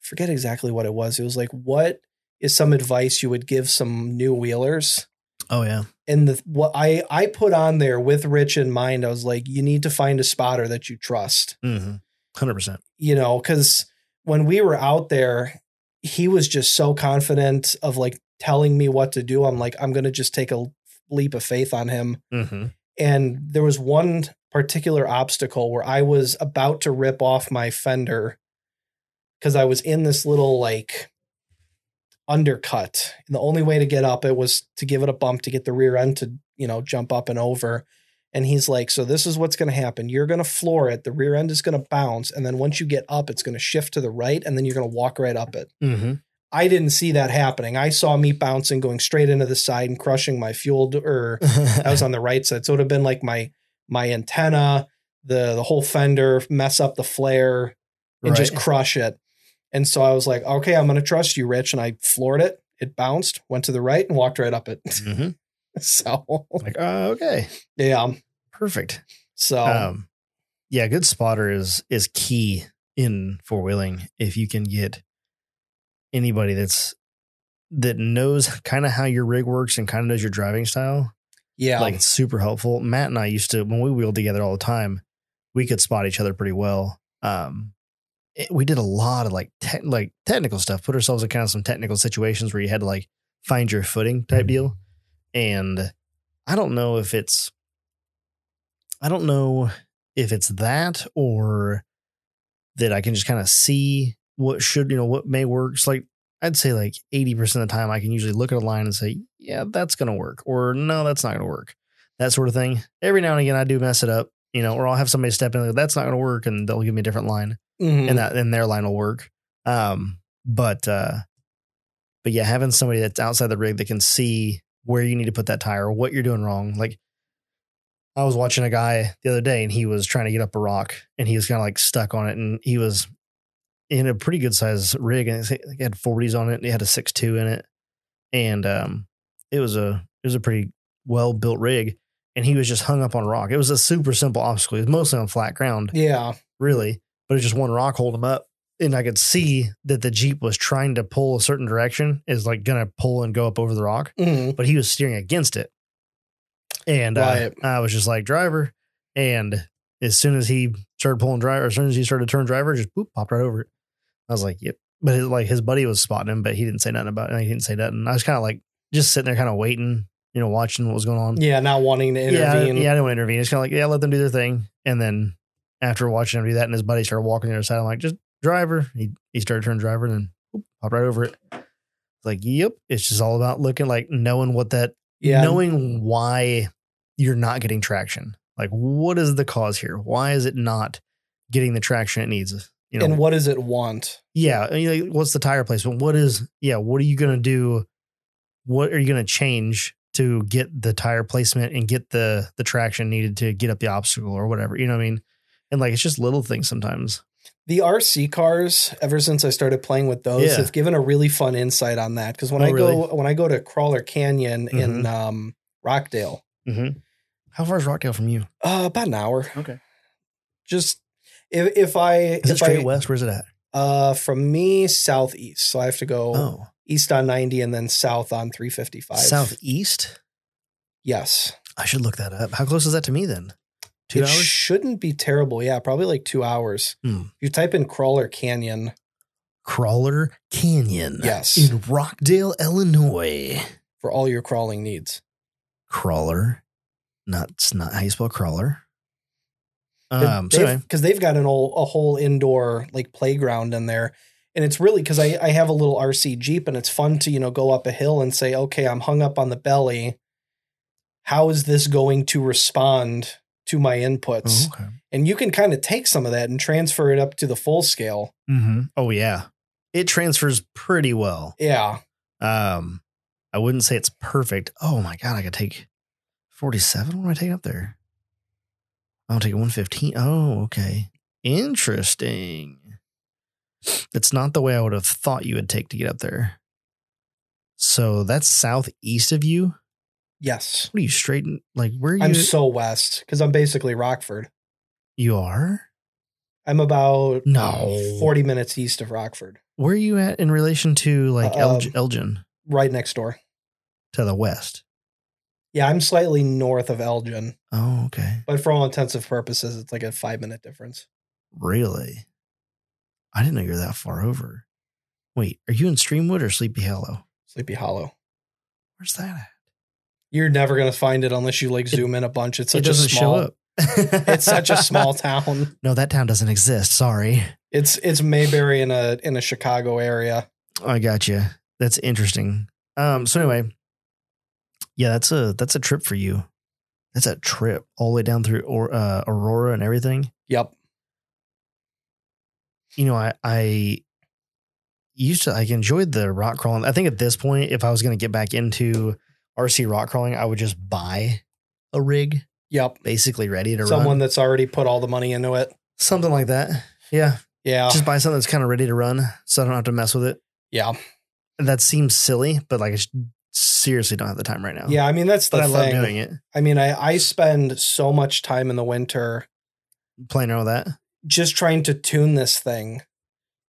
S2: forget exactly what it was. It was like what is some advice you would give some new wheelers?
S1: Oh yeah,
S2: And the what I I put on there with Rich in mind, I was like you need to find a spotter that you trust
S1: Mm-hmm. hundred percent.
S2: you know, because when we were out there, he was just so confident of like telling me what to do. I'm like, I'm going to just take a leap of faith on him.
S1: Mm-hmm.
S2: And there was one particular obstacle where I was about to rip off my fender because I was in this little like undercut. And the only way to get up it was to give it a bump to get the rear end to, you know, jump up and over. And he's like, so this is what's going to happen. You're going to floor it. The rear end is going to bounce. And then once you get up, it's going to shift to the right. And then you're going to walk right up it.
S1: Mm-hmm.
S2: I didn't see that happening. I saw me bouncing, going straight into the side and crushing my fuel d- er, or I was on the right side. So it would have been like my my antenna, the the whole fender, mess up the flare, and just crush it. And so I was like, okay, I'm gonna trust you, Rich. And I floored it. It bounced, went to the right, and walked right up it.
S1: hmm
S2: so
S1: Like oh, okay,
S2: yeah.
S1: perfect.
S2: So
S1: Um, yeah, good spotter is is key in four wheeling. If you can get anybody that's that knows kind of how your rig works and kind of knows your driving style,
S2: yeah.
S1: like it's super helpful. Matt and I used to when we wheeled together all the time, we could spot each other pretty well. Um, it- we did a lot of like tech like technical stuff, put ourselves in kind of some technical situations where you had to like find your footing type deal. And I don't know if it's, I don't know if it's that or that I can just kind of see what should you know what may work. It's like I'd say like eighty percent of the time I can usually look at a line and say, yeah, that's gonna work, or no, that's not gonna work, that sort of thing. Every now and again I do mess it up, you know, or I'll have somebody step in and go, that's not gonna work, and they'll give me a different line,
S2: mhm.
S1: and that and their line will work. Um, but uh, but yeah, having somebody that's outside the rig that can see where you need to put that tire, what you're doing wrong, like. I was watching a guy the other day and he was trying to get up a rock and he was kind of like stuck on it and he was in a pretty good size rig and it had 40s on it and it had a 6.2 in it and um it was a it was a pretty well built rig and he was just hung up on a rock. It was a super simple obstacle. It was mostly on flat ground,
S2: Yeah.
S1: really, but it was just one rock holding him up. And I could see that the Jeep was trying to pull a certain direction, is like going to pull and go up over the rock,
S2: Mhm.
S1: but he was steering against it. And uh,
S2: Right.
S1: I was just like, driver. And as soon as he started pulling driver, as soon as he started to turn driver, just boop, popped right over it. I was like, yep. But it, like his buddy was spotting him, but he didn't say nothing about it. And he didn't say nothing. I was kind of like just sitting there, kind of waiting, you know, watching what was going on.
S2: Yeah. Not wanting to intervene.
S1: Yeah, yeah, I didn't want to intervene. It's kind of like, yeah, let them do their thing. And then after watching him do that, and his buddy started walking the other side, I'm like, just driver. He he started turning driver, and then whoop, popped right over it. It's like, yep. It's just all about looking like knowing what that,
S2: Yeah.
S1: knowing why you're not getting traction. Like, what is the cause here? Why is it not getting the traction it needs? You know,
S2: and what does it want?
S1: yeah. I mean, like, what's the tire placement? What is, yeah, what are you going to do? What are you going to change to get the tire placement and get the the traction needed to get up the obstacle or whatever? You know what I mean? And like, it's just little things sometimes.
S2: The RC cars, ever since I started playing with those,
S1: Yeah.
S2: have given a really fun insight on that. Because when
S1: Oh, Mm-hmm.
S2: I go when I go to Crawler Canyon in um, Rockdale,
S1: How far is Rockdale from you?
S2: uh, about an hour.
S1: Okay.
S2: Just if if I
S1: Is it
S2: if
S1: straight
S2: I,
S1: west? Where's it at?
S2: Uh, from me southeast, so I have to go
S1: Oh,
S2: east on ninety and then south on three fifty five.
S1: southeast.
S2: Yes.
S1: I should look that up. How close is that to me then? Two
S2: it
S1: hours?
S2: shouldn't be terrible. Yeah, probably like two hours.
S1: Hmm.
S2: If You type in Crawler Canyon.
S1: Crawler Canyon.
S2: Yes.
S1: In Rockdale, Illinois.
S2: for all your crawling needs.
S1: Crawler. Not, it's not how you spell crawler. Um, so
S2: Because
S1: anyway,
S2: they've got an all, a whole indoor like playground in there. And it's really because I, I have a little RC Jeep and it's fun to, you know, go up a hill and say, okay, I'm hung up on the belly. How is this going to respond to my inputs?
S1: Oh, okay.
S2: And you can kind of take some of that and transfer it up to the full scale.
S1: Mm-hmm. Oh yeah, it transfers pretty well.
S2: Yeah.
S1: Um, I wouldn't say it's perfect. Oh my god, I could take forty-seven. What am I taking up there? I'll take one fifteen. Oh, okay, interesting. It's not the way I would have thought you would take to get up there. So that's southeast of you.
S2: Yes.
S1: What are you straight? in- Like where are you?
S2: I'm so west because I'm basically Rockford.
S1: you are.
S2: I'm about
S1: No.
S2: 40 minutes east of Rockford,
S1: Where are you at in relation to like El-
S2: Um,
S1: Elgin
S2: right next door.
S1: to the west?
S2: Yeah, I'm slightly north of Elgin.
S1: Oh, okay.
S2: But for all intents and purposes, it's like a five minute difference.
S1: Really? I didn't know you were that far over. Wait, are you in Streamwood or Sleepy Hollow?
S2: Sleepy Hollow.
S1: Where's that at?
S2: You're never gonna find it unless you like
S1: It-
S2: zoom in a bunch. It's such
S1: it doesn't
S2: a small,
S1: show up. it's
S2: it's such a small town.
S1: No, that town doesn't exist. Sorry.
S2: It's it's Mayberry in a in a Chicago area.
S1: I got you. That's interesting. Um. So anyway, yeah, that's a that's a trip for you. That's a trip all the way down through or, uh, Aurora and everything.
S2: Yep.
S1: you know, I I used to I enjoyed the rock crawling. I think at this point, if I was going to get back into RC rock crawling, I would just buy a rig
S2: Yep.
S1: basically ready to
S2: Someone
S1: run,
S2: that's already put all the money into it.
S1: something like that. Yeah,
S2: Yeah.
S1: just buy something that's kind of ready to run, so I don't have to mess with it.
S2: yeah.
S1: That seems silly, but like I sh- seriously don't have the time right now.
S2: Yeah. I mean that's the
S1: Oh. but I love
S2: thing.
S1: doing it,
S2: I mean, I, I spend so much time in the winter
S1: playing around with that.
S2: just trying to tune this thing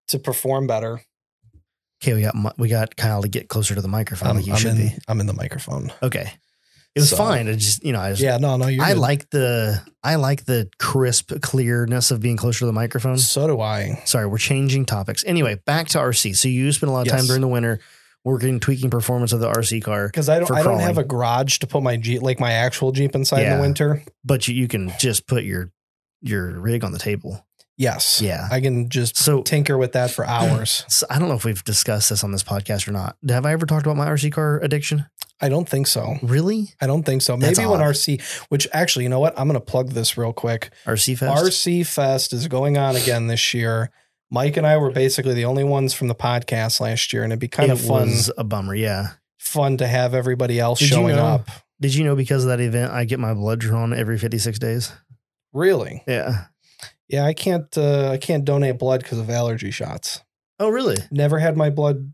S2: to perform better.
S1: Okay, we got Mi- we got Kyle to get closer to the microphone. like you should
S2: in,
S1: be.
S2: I'm in the microphone.
S1: Okay, it was
S2: So-
S1: fine. I just you know I just
S2: Yeah, no, no, you're
S1: I
S2: good.
S1: like the I like the crisp clearness of being closer to the microphone.
S2: so do I.
S1: Sorry, we're changing topics. Anyway, back to RC. So you spent a lot of time
S2: Yes.
S1: during the winter working tweaking performance of the RC car,
S2: because I don't
S1: for
S2: I don't have a
S1: crawling.
S2: garage to put my Jeep like my actual Jeep inside in
S1: Yeah.
S2: the winter.
S1: but you, you can just put your your rig on the table.
S2: Yes.
S1: Yeah.
S2: I can just
S1: So,
S2: tinker with that for hours.
S1: so I don't know if we've discussed this on this podcast or not. Have I ever talked about my RC car addiction?
S2: I don't think so.
S1: Really?
S2: I don't think so.
S1: That's
S2: Maybe when
S1: odd.
S2: RC, which actually, you know what? I'm going to plug this real quick.
S1: RC Fest.
S2: RC Fest is going on again this year. Mike and I were basically the only ones from the podcast last year, and it'd be kind of
S1: It
S2: fun
S1: was a bummer. Yeah.
S2: fun to have everybody else
S1: Did you
S2: showing
S1: know-
S2: up.
S1: Did you know because of that event I get my blood drawn every fifty six days?
S2: Really?
S1: Yeah.
S2: Yeah, I can't. Uh, I can't donate blood because of allergy shots.
S1: Oh really?
S2: Never had my blood,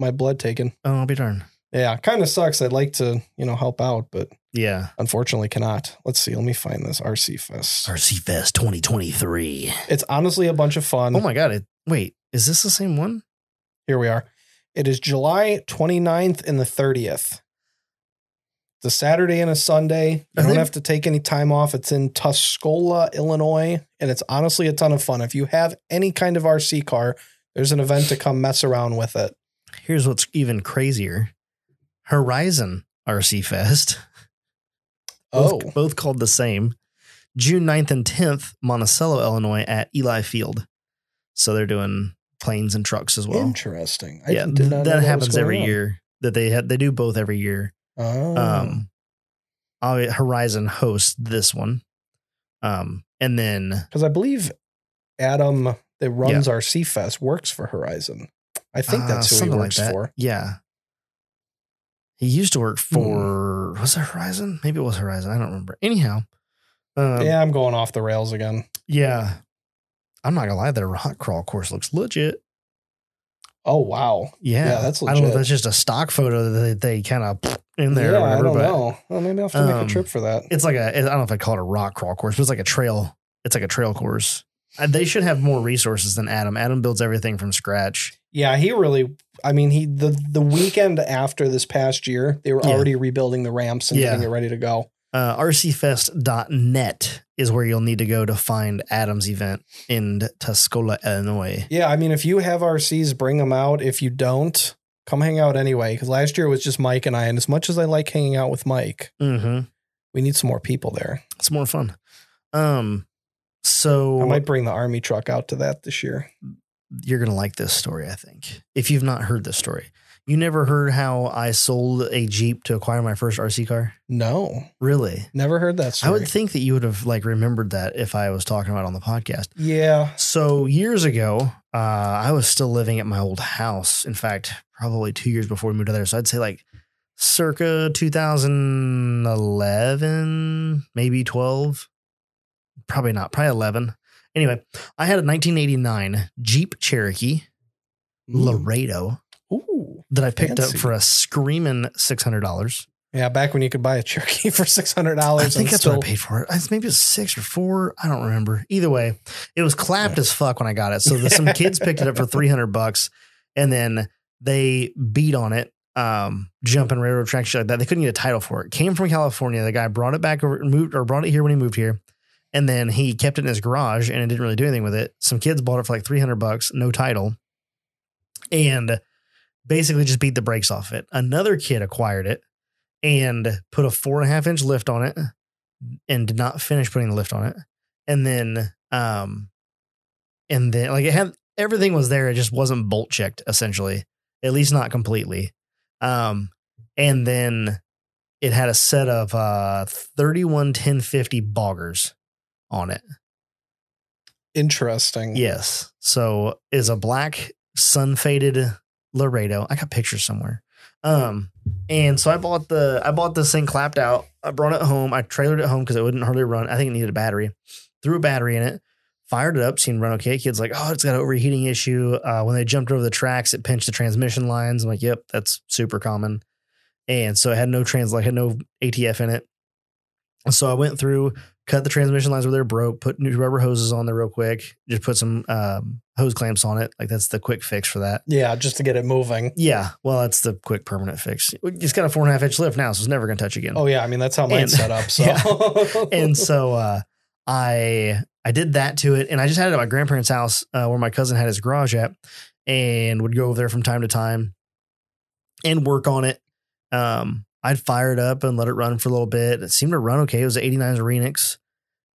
S2: my blood taken.
S1: Oh, I'll be darned.
S2: Yeah, kind of sucks. I'd like to, you know, help out, but
S1: Yeah.
S2: unfortunately cannot. Let's see. Let me find this RC Fest.
S1: RC Fest 2023.
S2: It's honestly a bunch of fun.
S1: Oh my God. It, wait, is this the same one?
S2: Here we are. It is July 29th and the 30th. It's a Saturday and a Sunday. You
S1: Are
S2: don't
S1: they-
S2: have to take any time off. It's in Tuscola, Illinois, and it's honestly a ton of fun. If you have any kind of RC car, there's an event to come mess around with it.
S1: Here's what's even crazier Horizon RC Fest.
S2: Oh,
S1: Both, both called the same. June 9th and 10th, Monticello, Illinois, at Eli Field. So they're doing planes and trucks as well.
S2: interesting.
S1: yeah,
S2: did
S1: th-
S2: not know
S1: that
S2: was
S1: happens
S2: going
S1: every
S2: on.
S1: year. That they had, they do both every year.
S2: Oh.
S1: Um, obvi- Horizon hosts this one, um, and then
S2: Because I believe Adam that runs our RC Fest works for Horizon. I think that's
S1: Uh,
S2: who he
S1: something like
S2: works
S1: that.
S2: for. Hmm.
S1: Yeah. He used to work for was it Horizon? Maybe it was Horizon. I don't remember. Anyhow, um, yeah,
S2: yeah, I'm going off the rails again.
S1: I'm not gonna lie, their hot crawl course looks legit.
S2: Oh wow.
S1: Yeah,
S2: Yeah, that's
S1: I don't know.
S2: legit.
S1: if That's just a stock photo that they, they kind of in there.
S2: yeah,
S1: or whatever,
S2: I don't
S1: but
S2: know. Well, maybe I'll have to make
S1: um,
S2: a trip for that.
S1: It's like a I don't know if I call it a rock crawl course, but it's like a trail. It's like a trail course. Uh, They should have more resources than Adam. Adam builds everything from scratch.
S2: Yeah, he really. I mean, he the the weekend after this past year, they were
S1: Yeah.
S2: already rebuilding the ramps and
S1: Yeah.
S2: getting it ready to go.
S1: uh, rcfest.net is where you'll need to go to find Adam's event in Tuscola, Illinois.
S2: Yeah, I mean, if you have RCs, bring them out. If you don't, come hang out anyway. Because last year it was just Mike and I, and as much as I like hanging out with Mike,
S1: Mm-hmm.
S2: we need some more people there.
S1: It's more fun. Um, so
S2: I might bring the army truck out to that this year.
S1: you're gonna like this story, I think. If you've not heard this story, you never heard how I sold a Jeep to acquire my first RC car.
S2: No,
S1: Really,
S2: never heard that
S1: I
S2: story.
S1: would think that you would have like remembered that if I was talking about it on the podcast.
S2: yeah,
S1: So years ago, uh, I was still living at my old house. In fact, probably two years before we moved to there. So I'd say like circa 2011, maybe 12. Probably not. Probably 11. Anyway, I had a 1989 Jeep Cherokee Laredo
S2: Ooh,
S1: that I picked
S2: Fancy.
S1: up for a screaming $600.
S2: yeah. Back when you could buy a Cherokee for six hundred
S1: I
S2: dollars,
S1: think that's what I paid for it. I- Maybe it was six or four. I don't remember. Either way, it was clapped as fuck when I got it. So the, some kids picked it up for three hundred bucks, and then they beat on it, um, jumping railroad tracks shit like that. They couldn't get a title for it. Came from California. The guy brought it back over, moved or brought it here when he moved here, and then he kept it in his garage and it didn't really do anything with it. Some kids bought it for like three hundred bucks, no title, and basically just beat the brakes off it. Another kid acquired it and put a four and a half inch lift on it and did not finish putting the lift on it. And then, um, and then like it had everything was there. It just wasn't bolt checked essentially, at least not completely. Um, and then it had a set of, uh, 31 1050 boggers on it.
S2: Interesting.
S1: Yes. So is a black sun faded Laredo. I got pictures somewhere. Um, and so I bought the I bought this thing clapped out. I brought it home. I trailered it home because it wouldn't hardly run. I think it needed a battery. Threw a battery in it, fired it up, seemed run okay. Kid's like, oh, it's got an overheating issue. Uh, when they jumped over the tracks, it pinched the transmission lines. I'm like, yep, that's super common. And so it had no trans like had no ATF in it. And so I went through cut the transmission lines where they're broke, put new rubber hoses on there real quick, just put some um, hose clamps on it. Like that's the quick fix for that.
S2: Yeah, just to get it moving.
S1: Yeah, well, that's the quick permanent fix. It's got a four and a half inch lift now, so it's never going to touch again.
S2: Oh yeah, I mean that's how mine's set
S1: And-
S2: up. So
S1: and so uh, I I did that to it, and I just had it at my grandparents' house uh, where my cousin had his garage at, and would go over there from time to time and work on it. Um, I'd fire it up and let it run for a little bit. It seemed to run okay. It was an '89 Renix.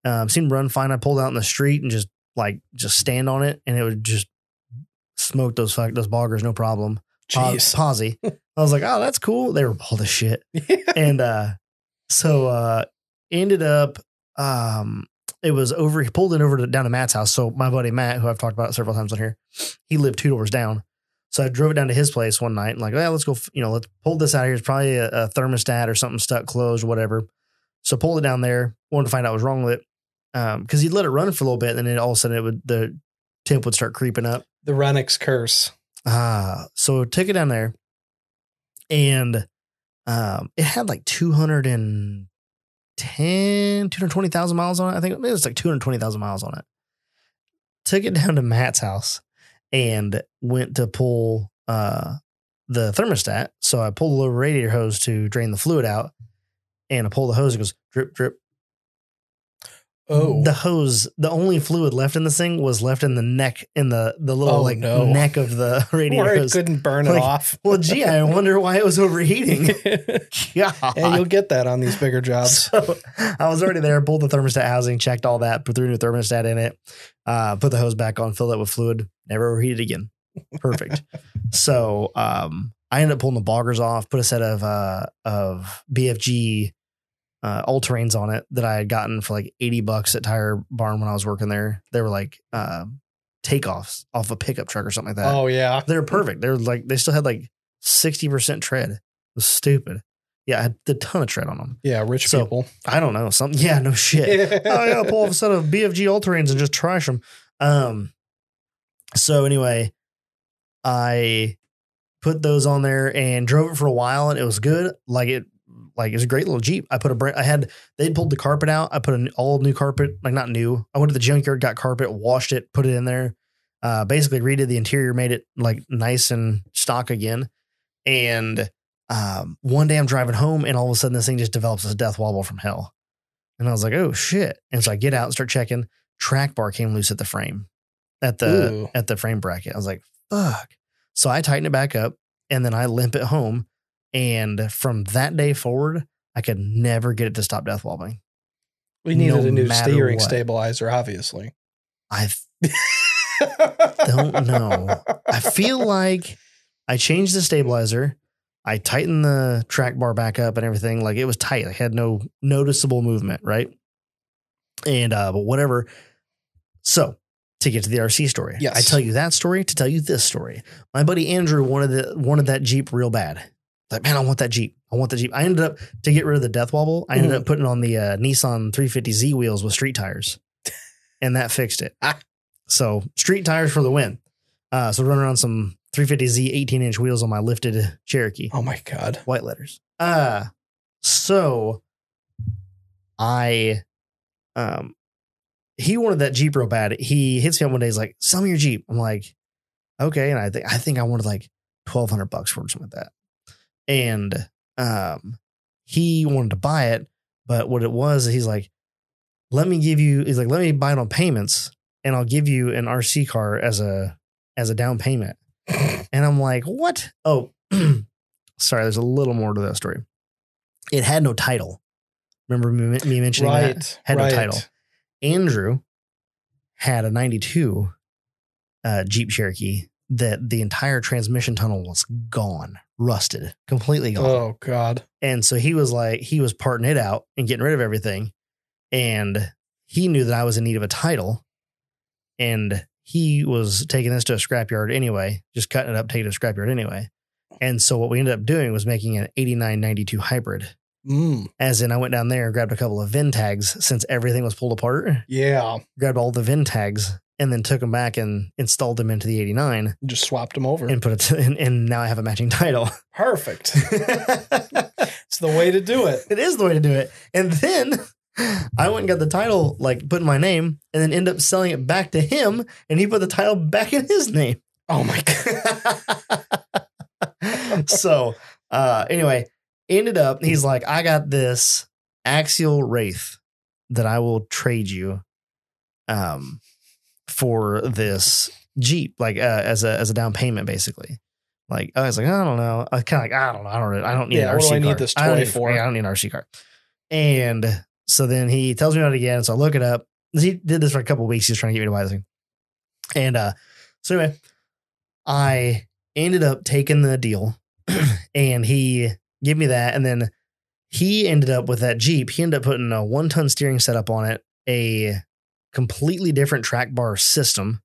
S1: Um, seemed to run fine. I pulled out in the street and just like just stand on it, and it would just smoke those fuck those boggers, no problem.
S2: Jeez.
S1: Uh, posy. I was like, oh, that's cool. They were all the shit and uh so uh ended up um it was over he pulled it over to, down to matt's house so my buddy matt who i've talked about several times on here he lived two doors down so i drove it down to his place one night and like well let's go f- you know let's pull this out of here it's probably a, a thermostat or something stuck closed or whatever so pulled it down there wanted to find out what was wrong with it um because he'd let it run for a little bit and then all of a sudden it would the temp would start creeping up Uh,
S2: the Renix curse.
S1: Ah, so took it down there, and um, it had like 210, 220,000 miles on it. I think it was like 220,000 miles on it. Took it down to Matt's house and went to pull uh, the thermostat. So I pulled the little radiator hose to drain the fluid out and I pull the hose. It goes drip, drip.
S2: Oh,
S1: The hose, the only fluid left in this thing was left in the neck, in the, the little
S2: Oh,
S1: like
S2: no.
S1: neck of the
S2: or
S1: radiator
S2: it
S1: hose.
S2: couldn't burn it
S1: Like,
S2: off.
S1: Well, gee, I wonder why it was overheating.
S2: yeah,
S1: God.
S2: you'll get that on these bigger jobs.
S1: So I was already there, pulled the thermostat housing, checked all that, put threw a new thermostat in it, uh, put the hose back on, filled it with fluid, never overheated again. Perfect. so um, I ended up pulling the boggers off, put a set of uh, of BFG uh, all terrains on it that I had gotten for like 80 bucks at Tire Barn when I was working there. They were like uh, takeoffs off a pickup truck or something like that.
S2: Oh yeah,
S1: They're perfect. They're like they still had like sixty percent tread. It was stupid. Yeah, I had a ton of tread on them.
S2: yeah, rich
S1: So-
S2: people.
S1: I don't know something. Yeah, no shit. oh, I gotta pull off a set of BFG all terrains and just trash them. Um. So anyway, I put those on there and drove it for a while, and it was good. Like it, like it's a great little Jeep. I put a brand. I had they'd pulled the carpet out. I put an all new carpet, like not new. I went to the junkyard, got carpet, washed it, put it in there. Uh, basically redid the interior, made it like nice and stock again. And um, one day I'm driving home, and all of a sudden this thing just develops this death wobble from hell. And I was like, oh shit! And so I get out, and start checking. Track bar came loose at the frame, at the
S2: Ooh.
S1: at the frame bracket. I was like, fuck. So I tighten it back up, and then I limp it home. And from that day forward, I could never get it to stop death wobbling.
S2: We needed
S1: no
S2: a new
S1: matter
S2: steering
S1: what.
S2: stabilizer, obviously.
S1: I Don't know. I feel like I changed the stabilizer. I tightened the track bar back up and everything. Like it was tight. I had no noticeable movement, right? And uh, but whatever. So to get to the RC story,
S2: Yes.
S1: I tell you that story to tell you this story. My buddy Andrew wanted the, wanted that Jeep real bad. Like man, I want that Jeep. I want the Jeep. I ended up to get rid of the death wobble. I ended
S2: Mhm.
S1: up putting on the uh, Nissan 350Z wheels with street tires, and that fixed it. So street tires for the win. Uh, so running on some 350Z 18 inch wheels on my lifted Cherokee,
S2: Oh my god.
S1: white letters. Uh, so I, um, he wanted that Jeep real bad. He hits me up one day. He's like, "Sell me your Jeep." I'm like, "Okay." And I think I think I wanted like 1,200 bucks for it, something like that. And um, he wanted to buy it, but what it was, he's like, "Let me give you." He's like, "Let me buy it on payments, and I'll give you an RC car as a as a down payment." And I'm like, what? Oh, sorry. There's a little more to that story. It had no title. Remember me, me mentioning that?
S2: Right.
S1: Had no
S2: right.
S1: title. Andrew had a 92 uh, Jeep Cherokee that the entire transmission tunnel was gone, rusted, completely gone.
S2: Oh god.
S1: And so he was like, he was parting it out and getting rid of everything. And he knew that I was in need of a title. And he was taking this to a scrapyard anyway, just cutting it up, taking it to a scrapyard anyway. And so what we ended up doing was making an 8992 hybrid.
S2: Mm.
S1: As in, I went down there and grabbed a couple of VIN tags since everything was pulled apart,
S2: Yeah.
S1: grabbed all the VIN tags and then took them back and installed them into the 89
S2: Just swapped them over.
S1: and put it, and, and now I have a matching title.
S2: Perfect. it's the way to do it.
S1: It is the way to do it. And then I went and got the title, like put in my name, and then end up selling it back to him, and he put the title back in his name.
S2: Oh my god.
S1: so uh anyway, ended up he's like, I got this axial wraith that I will trade you um for this Jeep, like uh, as a as a down payment, basically. Like I was like, I don't know. I kind of like I don't know. I don't. really- I don't need
S2: Yeah,
S1: an
S2: what
S1: RC
S2: do I need
S1: car.
S2: this
S1: don't
S2: toy
S1: need-
S2: for?
S1: yeah, I don't need an RC car. And so then he tells me about it again. So I look it up. He did this for a couple of weeks. He was trying to get me to buy this thing. And uh, so anyway, I ended up taking the deal, and he gave me that. And then he ended up with that Jeep. He ended up putting a one ton steering setup on it, a completely different track bar system,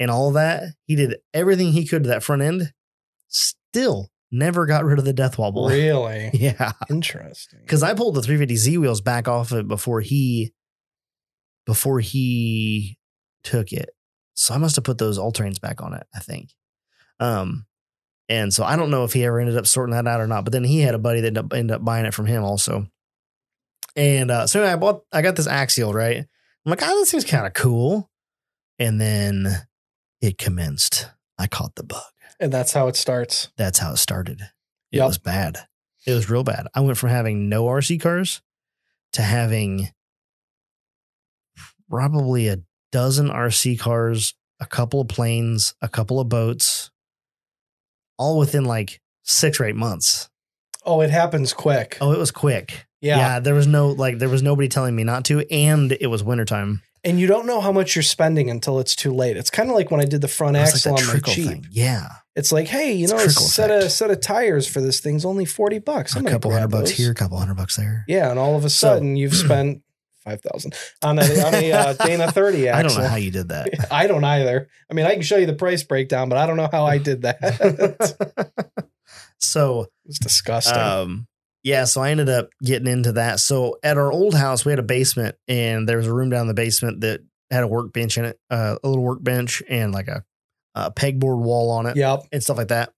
S1: and all that. He did everything he could to that front end. Still, never got rid of the death wobble.
S2: Really
S1: Yeah.
S2: interesting.
S1: Cause I pulled the 350Z wheels back off it before he before he took it. So I must have put those all terrains back on it, I think. Um And so I don't know if he ever ended up sorting that out or not. But then he had a buddy that ended up, ended up buying it from him also. And uh, so anyway, I bought, I got this Axial, right? I'm like, oh, this thing's kind of cool. And then it commenced. I caught the bug.
S2: And that's how it starts.
S1: That's how it started. It
S2: Yep.
S1: was bad. It was real bad. I went from having no RC cars to having probably a dozen RC cars, a couple of planes, a couple of boats, all within like six or eight months.
S2: Oh, it happens quick.
S1: Oh, it was quick.
S2: yeah.
S1: There was no like, there was nobody telling me not to. And it was wintertime.
S2: And you don't know how much you're spending until it's too late. It's kind of like when I did the front
S1: It was
S2: axle
S1: Oh, like that
S2: on my
S1: trickle
S2: Jeep.
S1: thing. Yeah.
S2: It's like, hey, you
S1: It's
S2: know,
S1: a
S2: a
S1: trickle
S2: set
S1: effect.
S2: of set of tires for this thing's only forty bucks.
S1: a
S2: I'm gonna
S1: couple hundred
S2: grab
S1: bucks
S2: those.
S1: here, a couple hundred bucks there.
S2: Yeah, and all of a
S1: So-
S2: sudden you've spent five thousand on a on a uh, Dana thirty
S1: I don't
S2: axle.
S1: know how you did that.
S2: I don't either. I mean, I can show you the price breakdown, but I don't know how I did that. it
S1: so,
S2: was disgusting.
S1: um, yeah, so I ended up getting into that. So at our old house, we had a basement, and there was a room down in the basement that had a workbench in it, uh, a little workbench, and like a, a pegboard wall on it,
S2: yep.
S1: and stuff like that.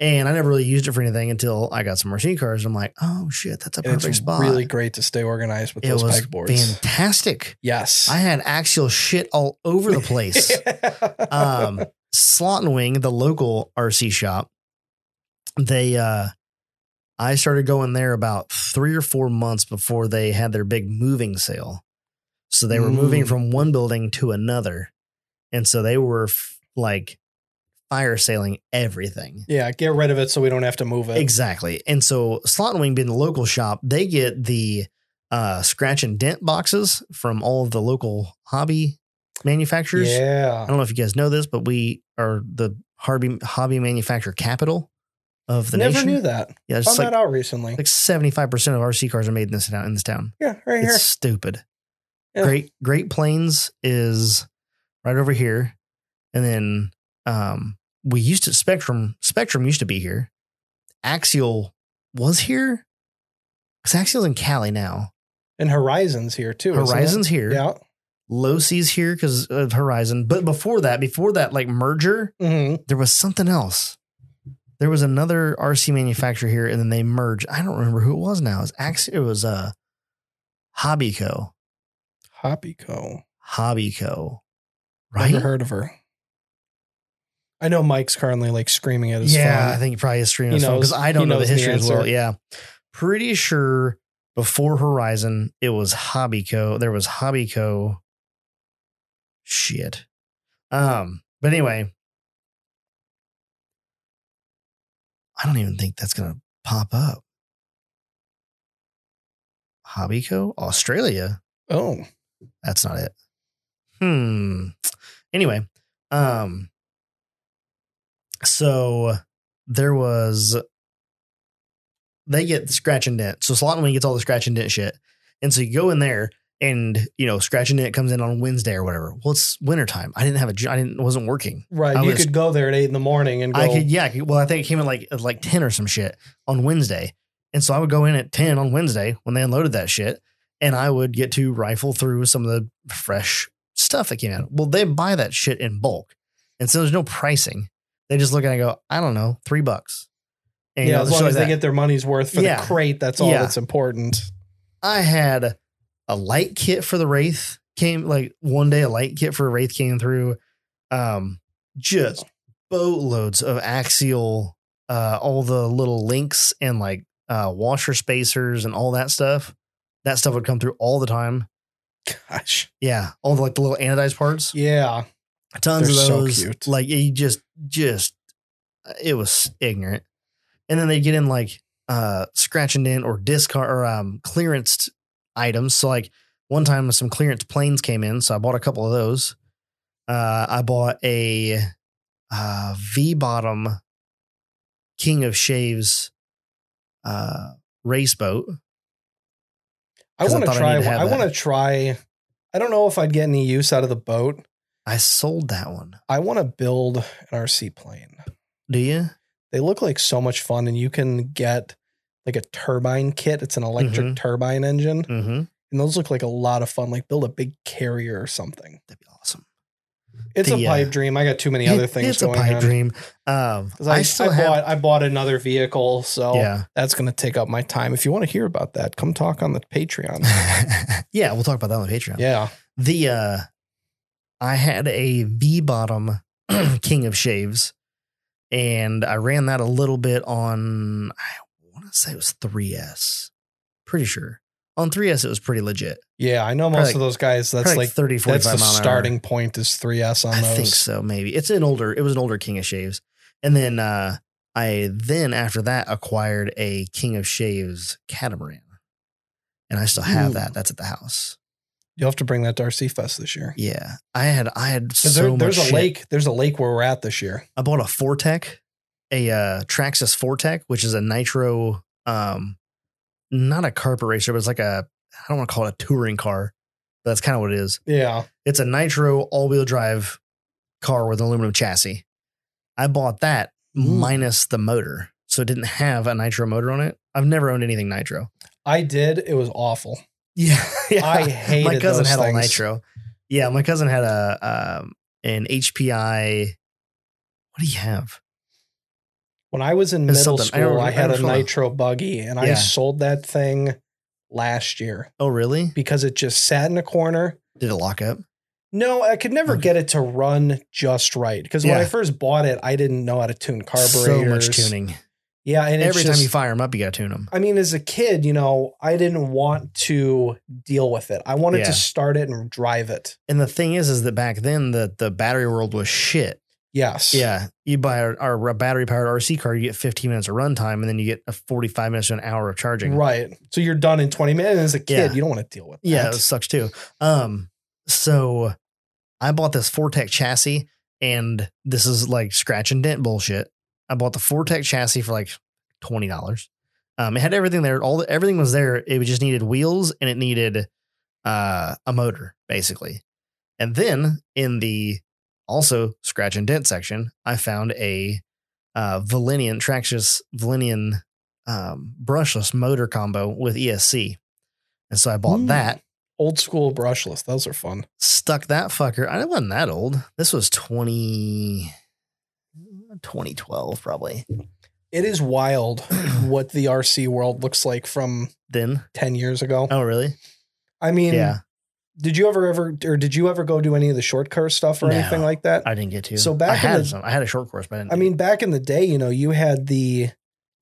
S1: And I never really used it for anything until I got some machine cars. I'm like, oh shit, that's a
S2: And
S1: perfect
S2: it's
S1: spot.
S2: really great to stay organized with
S1: it
S2: those
S1: was
S2: pegboards.
S1: fantastic.
S2: yes.
S1: I had axial shit all over the place. um, Slot and Wing, the local RC shop, they uh, I started going there about three or four months before they had their big moving sale. So they were moving
S2: Mm.
S1: from one building to another, and so they were f- like fire sailing everything.
S2: yeah, get rid of it so we don't have to move it.
S1: Exactly. And so Slot and Wing being the local shop, they get the uh, scratch and dent boxes from all of the local hobby manufacturers. I
S2: Yeah.
S1: don't know if you guys know this, but we are the hobby hobby manufacturer capital of the
S2: Never
S1: nation.
S2: knew that.
S1: Yeah, it's
S2: Found
S1: like
S2: that out recently.
S1: like seventy five percent of RC cars are made in this town. In this town,
S2: yeah, right
S1: it's
S2: here.
S1: stupid.
S2: Yeah.
S1: Great Great Plains is right over here, and then um, we used to Spectrum. Spectrum used to be here. Axial was here because Axial's in Cali now.
S2: And Horizon's here too. isn't it?
S1: Horizon's here.
S2: Yeah.
S1: Losi's here because of Horizon. But before that, before that like merger,
S2: hmm
S1: there was something else. There was another RC manufacturer here, and then they merged. I don't remember who it was now. It was actually it was uh, Hobbyco,
S2: Hoppyco.
S1: Hobbyco,
S2: Never
S1: right?
S2: heard of her. I know Mike's currently like screaming at his
S1: Yeah, I
S2: phone.
S1: think probably his stream
S2: He
S1: is phone because
S2: knows-
S1: I don't
S2: he
S1: know the
S2: knows the
S1: history as well.
S2: answer.
S1: Yeah, pretty sure before Horizon, it was Hobbyco. There was Hobbyco. Shit. Um, but anyway, I don't even think that's gonna pop up. Hobbyco, Australia.
S2: Oh,
S1: That's not it. Hmm. Anyway, um, so there was they get scratch and dent. So Slot and Wing gets all the scratch and dent shit, and so you go in there and you know scratch and dent comes in on Wednesday or whatever. Well, it's wintertime. I didn't have a j- I didn't wasn't working.
S2: right.
S1: I
S2: you
S1: was-
S2: could go there at eight in the morning and go.
S1: I could, yeah. I could- well, I think it came in like at like ten or some shit on Wednesday, and so I would go in at ten on Wednesday when they unloaded that shit, and I would get to rifle through some of the fresh stuff that came out. Well, they buy that shit in bulk, and so there's no pricing. They just look at it and go, I don't know, three bucks. And, you
S2: yeah,
S1: know,
S2: as
S1: shit
S2: long
S1: like
S2: as
S1: that.
S2: they get their money's worth for
S1: Yeah.
S2: the crate, that's all
S1: Yeah.
S2: that's important.
S1: I had a light kit for the Wraith came like one day a light kit for a Wraith came through. Um just boatloads of axial uh all the little links and like uh washer spacers and all that stuff. That stuff would come through all the time.
S2: Gosh,
S1: Yeah. All the like the little anodized parts.
S2: yeah,
S1: Tons
S2: They're
S1: of
S2: so
S1: those.
S2: cute.
S1: Like you just just it was ignorant. And then they get in like uh scratching in or discard or um clearanced items. So like one time some clearance planes came in, so I bought a couple of those. Uh I bought a uh V bottom King of Shaves uh race boat.
S2: I
S1: 'Cause I
S2: want to
S1: thought I
S2: try.
S1: needed to
S2: I,
S1: have that.
S2: want to try. I don't know if I'd get any use out of the boat.
S1: I sold that one.
S2: I want to build an RC plane.
S1: Do you?
S2: They look like so much fun, and you can get like a turbine kit. It's an electric
S1: Mhm.
S2: turbine engine,
S1: Mm-hmm.
S2: and those look like a lot of fun. Like build a big carrier or something.
S1: That'd be awesome.
S2: It's
S1: The,
S2: a
S1: uh,
S2: pipe dream. I got too many other
S1: It-
S2: things
S1: it's a
S2: going
S1: pipe
S2: on.
S1: dream. Um,
S2: 'Cause
S1: I,
S2: I, I,
S1: still
S2: bought
S1: have.
S2: I bought another vehicle, so
S1: yeah,
S2: that's going to take up my time. If you want to hear about that, come talk on the Patreon.
S1: yeah. We'll talk about that on the Patreon.
S2: yeah,
S1: The uh, I had a V bottom King of Shaves, and I ran that a little bit on. I want to say it was 3s. Pretty sure on 3s it was pretty legit.
S2: yeah. I know most
S1: Probably-
S2: of those guys. That's
S1: Probably
S2: like
S1: 30, 45
S2: that's the
S1: mile an hour.
S2: starting point is 3s on
S1: I
S2: those.
S1: think so. Maybe it's an older. It was an older King of Shaves, and then uh, I then after that acquired a King of Shaves catamaran, and I still have
S2: Ooh.
S1: that. That's at the house.
S2: You'll have to bring that to RC Fest this year.
S1: Yeah, I had I had
S2: 'Cause
S1: so
S2: there- there's
S1: much
S2: a
S1: shit.
S2: lake. There's a lake where we're at this year.
S1: I bought a Fortec, a uh, Traxxas Fortec, which is a nitro, um, not a carpet racer, but it's like a I don't want to call it a touring car, but that's kind of what it is.
S2: Yeah,
S1: It's a nitro all wheel drive car with an aluminum chassis. I bought that
S2: Mm.
S1: minus the motor. So it didn't have a nitro motor on it. I've never owned anything nitro.
S2: I did. It was awful.
S1: Yeah.
S2: I hated
S1: my cousin
S2: those
S1: had
S2: things.
S1: a nitro. Yeah, my cousin had a um, an HPI. What do you have?
S2: When I was in
S1: It's
S2: middle
S1: something- I don't-
S2: school, I,
S1: I
S2: had
S1: don't
S2: a
S1: recall.
S2: nitro buggy, and I
S1: Yeah.
S2: sold that thing last year
S1: Oh, really?
S2: because it just sat in a corner.
S1: Did it lock up?
S2: No, I could never
S1: Okay.
S2: get it to run just right because when
S1: Hmm. Yeah.
S2: I first bought it, I didn't know how to tune carburetors.
S1: So much tuning.
S2: Yeah, and
S1: Every
S2: it's just,
S1: time you fire them up, you got to tune them.
S2: I mean, as a kid, you know, I didn't want to deal with it. I wanted
S1: Yeah.
S2: to start it and drive it.
S1: And the thing is, is that back then the the battery world was shit.
S2: Yes.
S1: Yeah, you buy our, our battery powered RC car, you get 15 minutes of runtime, and then you get a 45 minutes to an hour of charging.
S2: Right. So you're done in 20 minutes. And as a kid,
S1: Yeah.
S2: you don't want to deal with
S1: Yeah, it
S2: that.
S1: sucks too. Um, so I bought this Fortec chassis, and this is like scratch and dent bullshit. I bought the Fortec chassis for like twenty dollars. Um, it had everything there. All the, everything was there. It just needed wheels and it needed uh, a motor, basically. And then in the also scratch and dent section, I found a uh, Valenian Traxxas Valenian um, brushless motor combo with ESC, and so I bought
S2: Hmm.
S1: that
S2: Old school brushless. Those are fun.
S1: stuck that fucker. I wasn't that old. This was 20, 2012, probably.
S2: It is wild what the RC world looks like from
S1: Then,
S2: 10 years ago.
S1: oh, really?
S2: I mean,
S1: yeah,
S2: did you ever ever or did you ever go do any of the short car stuff or
S1: No.
S2: anything like that?
S1: I didn't get to.
S2: So back
S1: I
S2: in
S1: had
S2: the-
S1: some. I had a short course, but I, didn't
S2: I
S1: do
S2: mean, back in the day, you know, you had the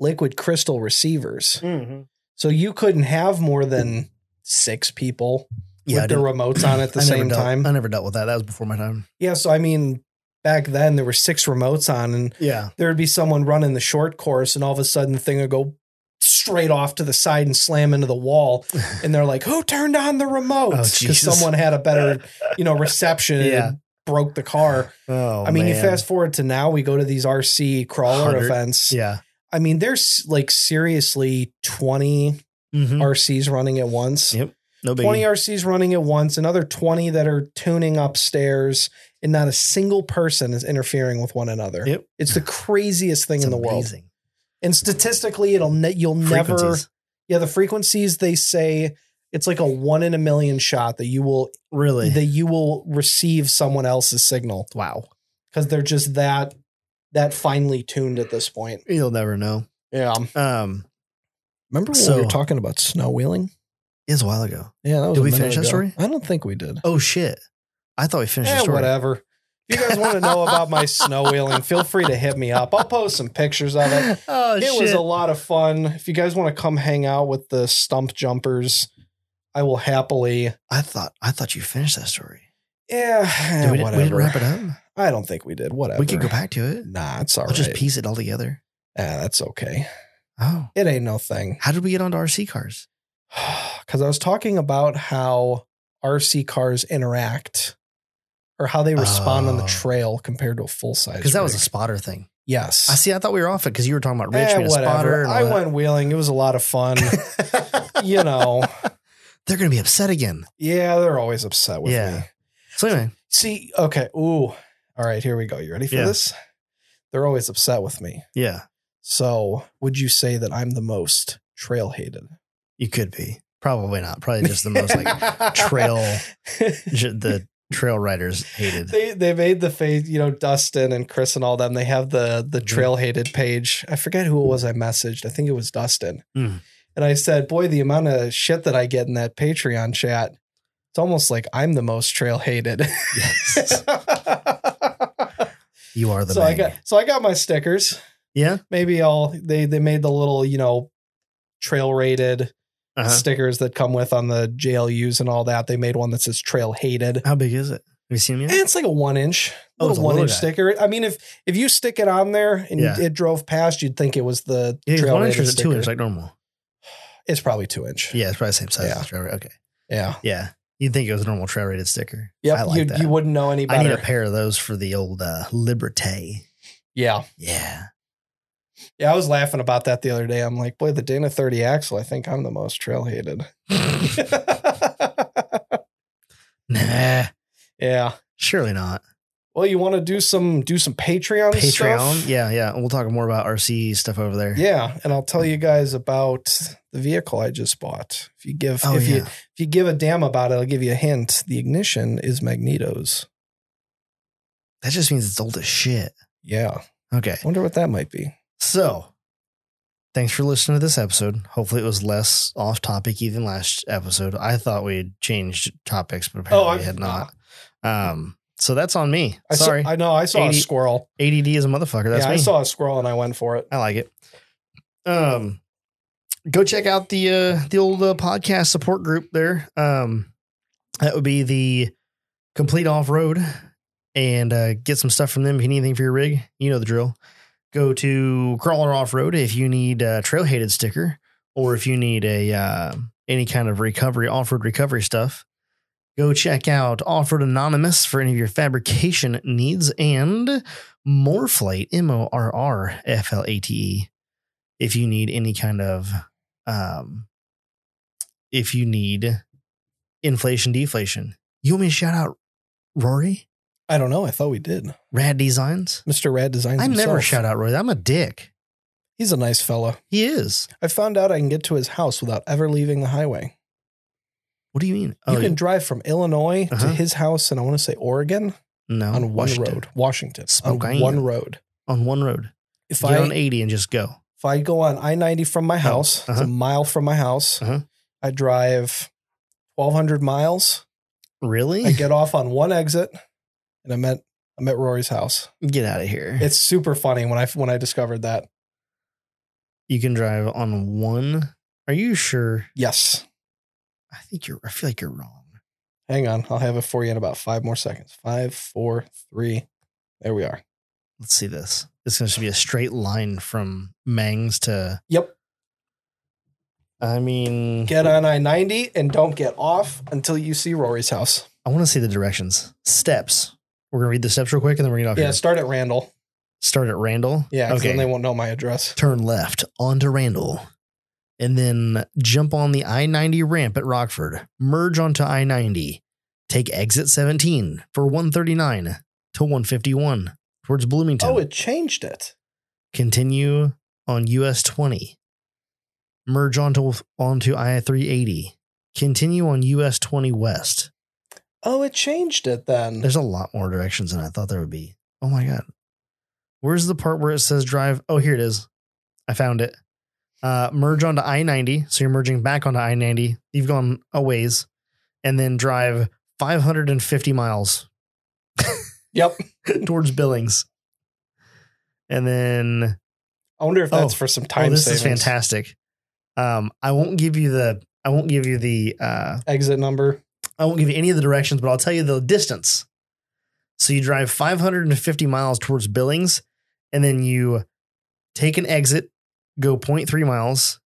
S2: liquid crystal receivers.
S1: it.
S2: So you couldn't have more than six people
S1: yeah, I
S2: with their
S1: didn't-
S2: remotes on at the
S1: I never
S2: same
S1: dealt-
S2: time.
S1: I never dealt with that. That was before my time.
S2: Yeah. So, I mean, back then there were six remotes on, and
S1: Yeah,
S2: there would be someone running the short course, and all of a sudden the thing would go straight off to the side and slam into the wall. And they're like, who turned on the remote?
S1: Oh,
S2: Because
S1: Jesus.
S2: someone had a better, you know, reception.
S1: Yeah.
S2: And broke the car.
S1: Oh,
S2: I mean, you
S1: man.
S2: fast forward to now, we go to these RC crawler
S1: 100.
S2: events.
S1: Yeah.
S2: I mean, there's like seriously 20
S1: Mhm.
S2: RCs running at once.
S1: Yep. No big.
S2: 20 RCs running at once, another 20 that are tuning upstairs, and not a single person is interfering with one another.
S1: Yep.
S2: It's the craziest thing
S1: It's
S2: in the world.
S1: amazing.
S2: And statistically, it'll ne- you'll never
S1: Frequencies.
S2: yeah, the frequencies they say it's like a one in a million shot that you will
S1: really.
S2: that you will receive someone else's signal
S1: wow.
S2: because they're just that that finely tuned at this point.
S1: You'll never know.
S2: Yeah.
S1: Um,
S2: Remember
S1: when we were
S2: talking about snow wheeling?
S1: it was a while ago.
S2: Yeah, that
S1: was a minute ago.
S2: I don't think we did.
S1: Oh shit! I thought we finished the
S2: Eh,
S1: story.
S2: whatever. If you guys want to know about my snow wheeling, feel free to hit me up. I'll post some pictures of it.
S1: Oh
S2: It
S1: shit!
S2: was a lot of fun. If you guys want to come hang out with the stump jumpers, I will happily.
S1: I thought I thought you finished that story.
S2: Yeah, eh,
S1: Did we, didn't-
S2: whatever.
S1: we didn't wrap it up.
S2: I don't think we did. Whatever.
S1: We could go back to it.
S2: Nah, it's all
S1: I'll
S2: right.
S1: just piece it all together.
S2: Ah, that's okay.
S1: Oh,
S2: It ain't no thing.
S1: how did we get onto RC cars?
S2: Because I was talking about how RC cars interact or how they respond on the
S1: Oh.
S2: trail compared to a full size.
S1: Because that was a spotter thing.
S2: yes.
S1: I see. I thought we were off it because you were talking about
S2: Eh,
S1: Richmond and spotter.
S2: whatever.
S1: and
S2: I
S1: all
S2: went wheeling. It was a lot of fun.
S1: that.
S2: you know,
S1: They're gonna be upset again.
S2: yeah, they're always upset with
S1: Yeah.
S2: me.
S1: So anyway,
S2: See, okay. Ooh. All right, here we go. You ready for
S1: Yeah.
S2: this? They're always upset with me.
S1: yeah,
S2: So, would you say that I'm the most trail hated?
S1: you could be. Probably not. Probably just the most like trail, ju- the trail riders hated.
S2: They they made the face, you know, Dustin and Chris and all them. They have the
S1: Mm.
S2: the trail hated page. I forget who it was I messaged. I think it was Dustin.
S1: Mm.
S2: And I said, "Boy, the amount of shit that I get in that Patreon chat. It's almost like I'm the most trail hated."
S1: Yes. you are the
S2: so I
S1: man.
S2: got so I got my stickers.
S1: yeah.
S2: Maybe I'll they they made the little, you know, trail rated
S1: Uh-huh.
S2: stickers that come with on the JLUs and all that. They made one that says trail hated.
S1: How big is it? Have you seen it
S2: And
S1: yet?
S2: it's like a one inch,
S1: Oh, it's
S2: little
S1: a
S2: one
S1: little
S2: inch
S1: guy.
S2: sticker. I mean, if if you stick it on there and
S1: Yeah.
S2: it drove past, you'd think it was the
S1: Yeah, it's
S2: trail
S1: one inch or is
S2: rated
S1: it two
S2: sticker.
S1: inch like normal?
S2: It's probably two inch.
S1: Yeah, it's probably the same size as
S2: Yeah.
S1: the trail. ra- Okay.
S2: Yeah.
S1: Yeah. You'd think it was a normal trail rated sticker.
S2: Yep.
S1: I like
S2: you,
S1: that.
S2: you wouldn't know any
S1: I need
S2: better.
S1: a pair of those for the old uh, Liberté.
S2: yeah.
S1: Yeah.
S2: Yeah. I was laughing about that the other day. I'm like, boy, the Dana 30 axle, I think I'm the most trail hated.
S1: Nah.
S2: yeah.
S1: Surely not.
S2: Well, you want to do some do some Patreon
S1: Patreon.
S2: stuff?
S1: Yeah, yeah. We'll talk more about RC stuff over there.
S2: Yeah, and I'll tell you guys about the vehicle I just bought. If you give
S1: Oh,
S2: if
S1: yeah.
S2: you if you give a damn about it, I'll give you a hint. The ignition is Magneto's.
S1: That just means it's old as shit.
S2: Yeah.
S1: Okay.
S2: Wonder what that might be.
S1: So, thanks for listening to this episode. Hopefully, it was less off topic even last episode. I thought we had changed topics, but apparently,
S2: Oh, I-
S1: we had not. Um, so that's on me.
S2: I
S1: Sorry,
S2: Saw, I know I saw
S1: AD
S2: a squirrel.
S1: ADD is a motherfucker. That's
S2: yeah,
S1: me.
S2: I saw a squirrel and I went for it.
S1: I like it. Um, go check out the uh, the old uh, podcast support group there. Um, that would be the complete off road, and uh, get some stuff from them if you need anything for your rig. You know the drill. Go to crawler off road if you need a trail hated sticker, or if you need a uh, any kind of recovery off road recovery stuff. Go check out Off Road Anonymous for any of your fabrication needs and. Morflate, M O R R F L A T E, if you need any kind of, um, if you need inflation, deflation. You want me to shout out Rory,
S2: I don't know. I thought we did.
S1: Rad Designs?
S2: Mr. Rad Designs.
S1: I never
S2: himself.
S1: shout out Rory. I'm a dick.
S2: He's a nice fella.
S1: He is.
S2: I found out I can get to his house without ever leaving the highway.
S1: What do you mean?
S2: You can drive from Illinois
S1: Oh, Uh-huh.
S2: to his house and I want to say Oregon
S1: no,
S2: on one
S1: Washington.
S2: road. Washington.
S1: Spokane.
S2: On one road.
S1: On one road.
S2: If
S1: Get
S2: I
S1: on 80 and just go.
S2: if I go on I 90 from my house, it's
S1: uh-huh.
S2: a mile from my house,
S1: Uh-huh.
S2: I drive 1,200 miles.
S1: Really?
S2: I get off on one exit and I'm at, I'm at Rory's house.
S1: get out of here.
S2: It's super funny when I, when I discovered that.
S1: you can drive on one. Are you sure?
S2: Yes.
S1: I think you're, I feel like you're wrong.
S2: Hang on. I'll have it for you in about five more seconds. Five, four, three. There we are.
S1: let's see this. It's going to be a straight line from Mangs to.
S2: Yep.
S1: I mean,
S2: Get on I 90 and don't get off until you see Rory's house.
S1: I want to see the directions. Steps. We're going to read the steps real quick and then we're going to
S2: Yeah. Start at Randall.
S1: start at Randall.
S2: Yeah. 'cause
S1: Okay.
S2: Then they won't know my address.
S1: Turn left onto Randall and then jump on the I 90 ramp at Rockford. Merge onto I 90. Take exit 17 for 139 to 151 towards Bloomington.
S2: Oh, it changed it.
S1: continue on US 20. Merge onto onto I 380. Continue on US 20 West.
S2: Oh, it changed it then.
S1: There's a lot more directions than I thought there would be. Oh my god. Where's the part where it says drive? Oh, here it is. I found it. Uh, merge onto I 90. So you're merging back onto I 90. You've gone a ways and then drive 550 miles
S2: Yep.
S1: towards Billings. And then
S2: I wonder if that's
S1: Oh.
S2: for some time
S1: oh, this
S2: savings.
S1: is fantastic. Um, I won't give you the I won't give you the uh,
S2: Exit number.
S1: I won't give you any of the directions, but I'll tell you the distance. So you drive 550 miles towards Billings, and then you take an exit, go 0.3 miles,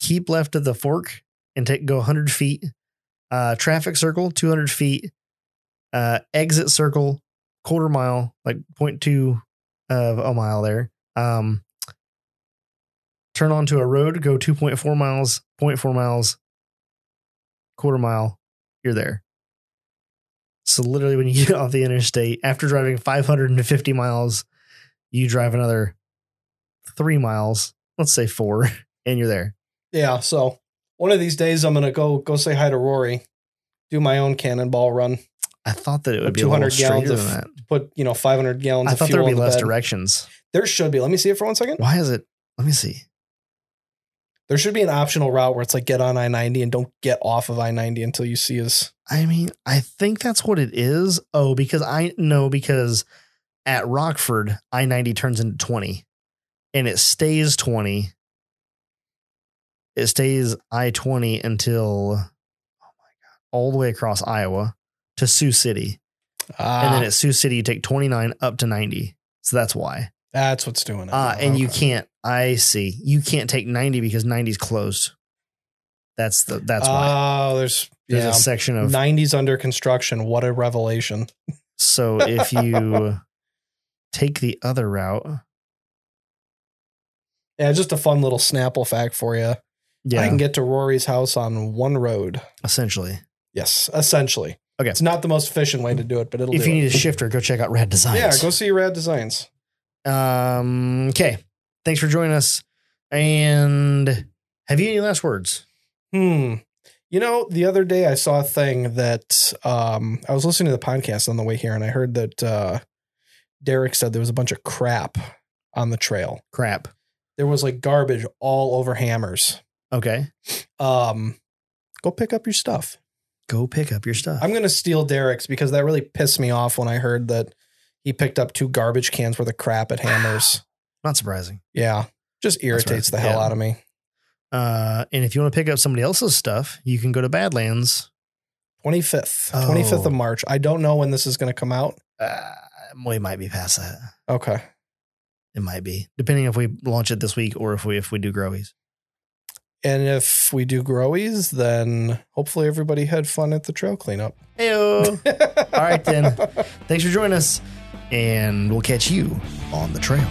S1: keep left at the fork, and take go 100 feet. Uh, traffic circle 200 feet. Uh, exit circle quarter mile, like 0.2 of a mile there. Um, turn onto a road, go 2.4 miles, 0.4 miles, quarter mile, you're there. So literally when you get off the interstate, after driving 550 miles, you drive another three miles, let's say four, and you're there.
S2: Yeah. So one of these days I'm gonna go go say hi to Rory, do my own cannonball run.
S1: I thought that it would
S2: But
S1: be a little
S2: 200 gallons
S1: straighter
S2: of
S1: than that.
S2: Put you know 500 gallons.
S1: I
S2: of
S1: thought
S2: fuel
S1: there'd be
S2: in the
S1: less
S2: bed.
S1: directions.
S2: There should be. Let me see it for one second.
S1: Why is it? Let me see.
S2: There should be an optional route where it's like get on I 90 and don't get off of I 90 until you see us.
S1: I mean, I think that's what it is. Oh, because I know because at Rockford, I 90 turns into 20 and it stays 20. It stays I 20 until oh my God, all the way across Iowa to Sioux City. And
S2: Ah,
S1: then at Sioux City, you take 29 up to 90. So that's why.
S2: that's what's doing it. Oh,
S1: Uh, and you
S2: Okay.
S1: can't, I see, you can't take 90 because 90's closed. That's the, that's why.
S2: Oh, there's
S1: There's
S2: yeah.
S1: a section of
S2: 90s under construction. What a revelation.
S1: So if you take the other route,
S2: Yeah, just a fun little Snapple fact for you.
S1: yeah,
S2: I can get to Rory's house on one road.
S1: essentially.
S2: Yes, essentially.
S1: Okay.
S2: It's not the most efficient way to do it, but it'll
S1: If
S2: do
S1: you need
S2: it.
S1: a shifter, go check out Rad
S2: yeah,
S1: Designs.
S2: go see Rad Designs.
S1: Um. Okay. Thanks for joining us. And have you any last words?
S2: Hmm. You know, the other day I saw a thing that um, I was listening to the podcast on the way here, and I heard that uh, Derek said there was a bunch of crap on the trail.
S1: Crap.
S2: There was like garbage all over hammers.
S1: Okay.
S2: Um, go pick up your stuff.
S1: Go pick up your stuff.
S2: I'm gonna steal Derek's because that really pissed me off when I heard that he picked up two garbage cans worth of crap at Hammers.
S1: Not surprising.
S2: yeah, just irritates the
S1: right.
S2: hell
S1: Yeah.
S2: out of me.
S1: Uh, and if you want to pick up somebody else's stuff, you can go to Badlands.
S2: 25th,
S1: Oh.
S2: 25th of March. I don't know when this is gonna come out.
S1: Uh, we might be past that.
S2: Okay,
S1: It might be depending if we launch it this week or if we if we do growies.
S2: and if we do growies, then hopefully everybody had fun at the trail cleanup.
S1: Heyo. All right, then. Thanks for joining us, and we'll catch you on the trail.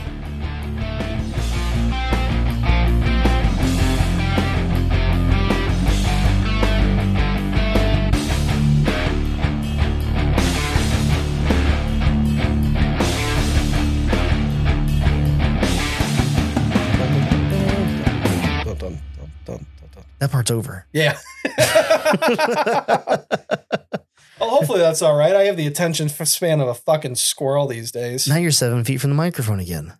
S2: Dun, dun, dun, dun, dun, dun.
S1: That part's over.
S2: Yeah. well, hopefully that's all right. I have the attention span of a fucking squirrel these days.
S1: Now you're seven feet from the microphone again.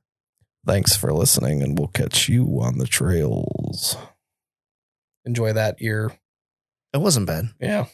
S2: Thanks for listening, and we'll catch you on the trails. Enjoy that ear.
S1: It wasn't bad.
S2: Yeah.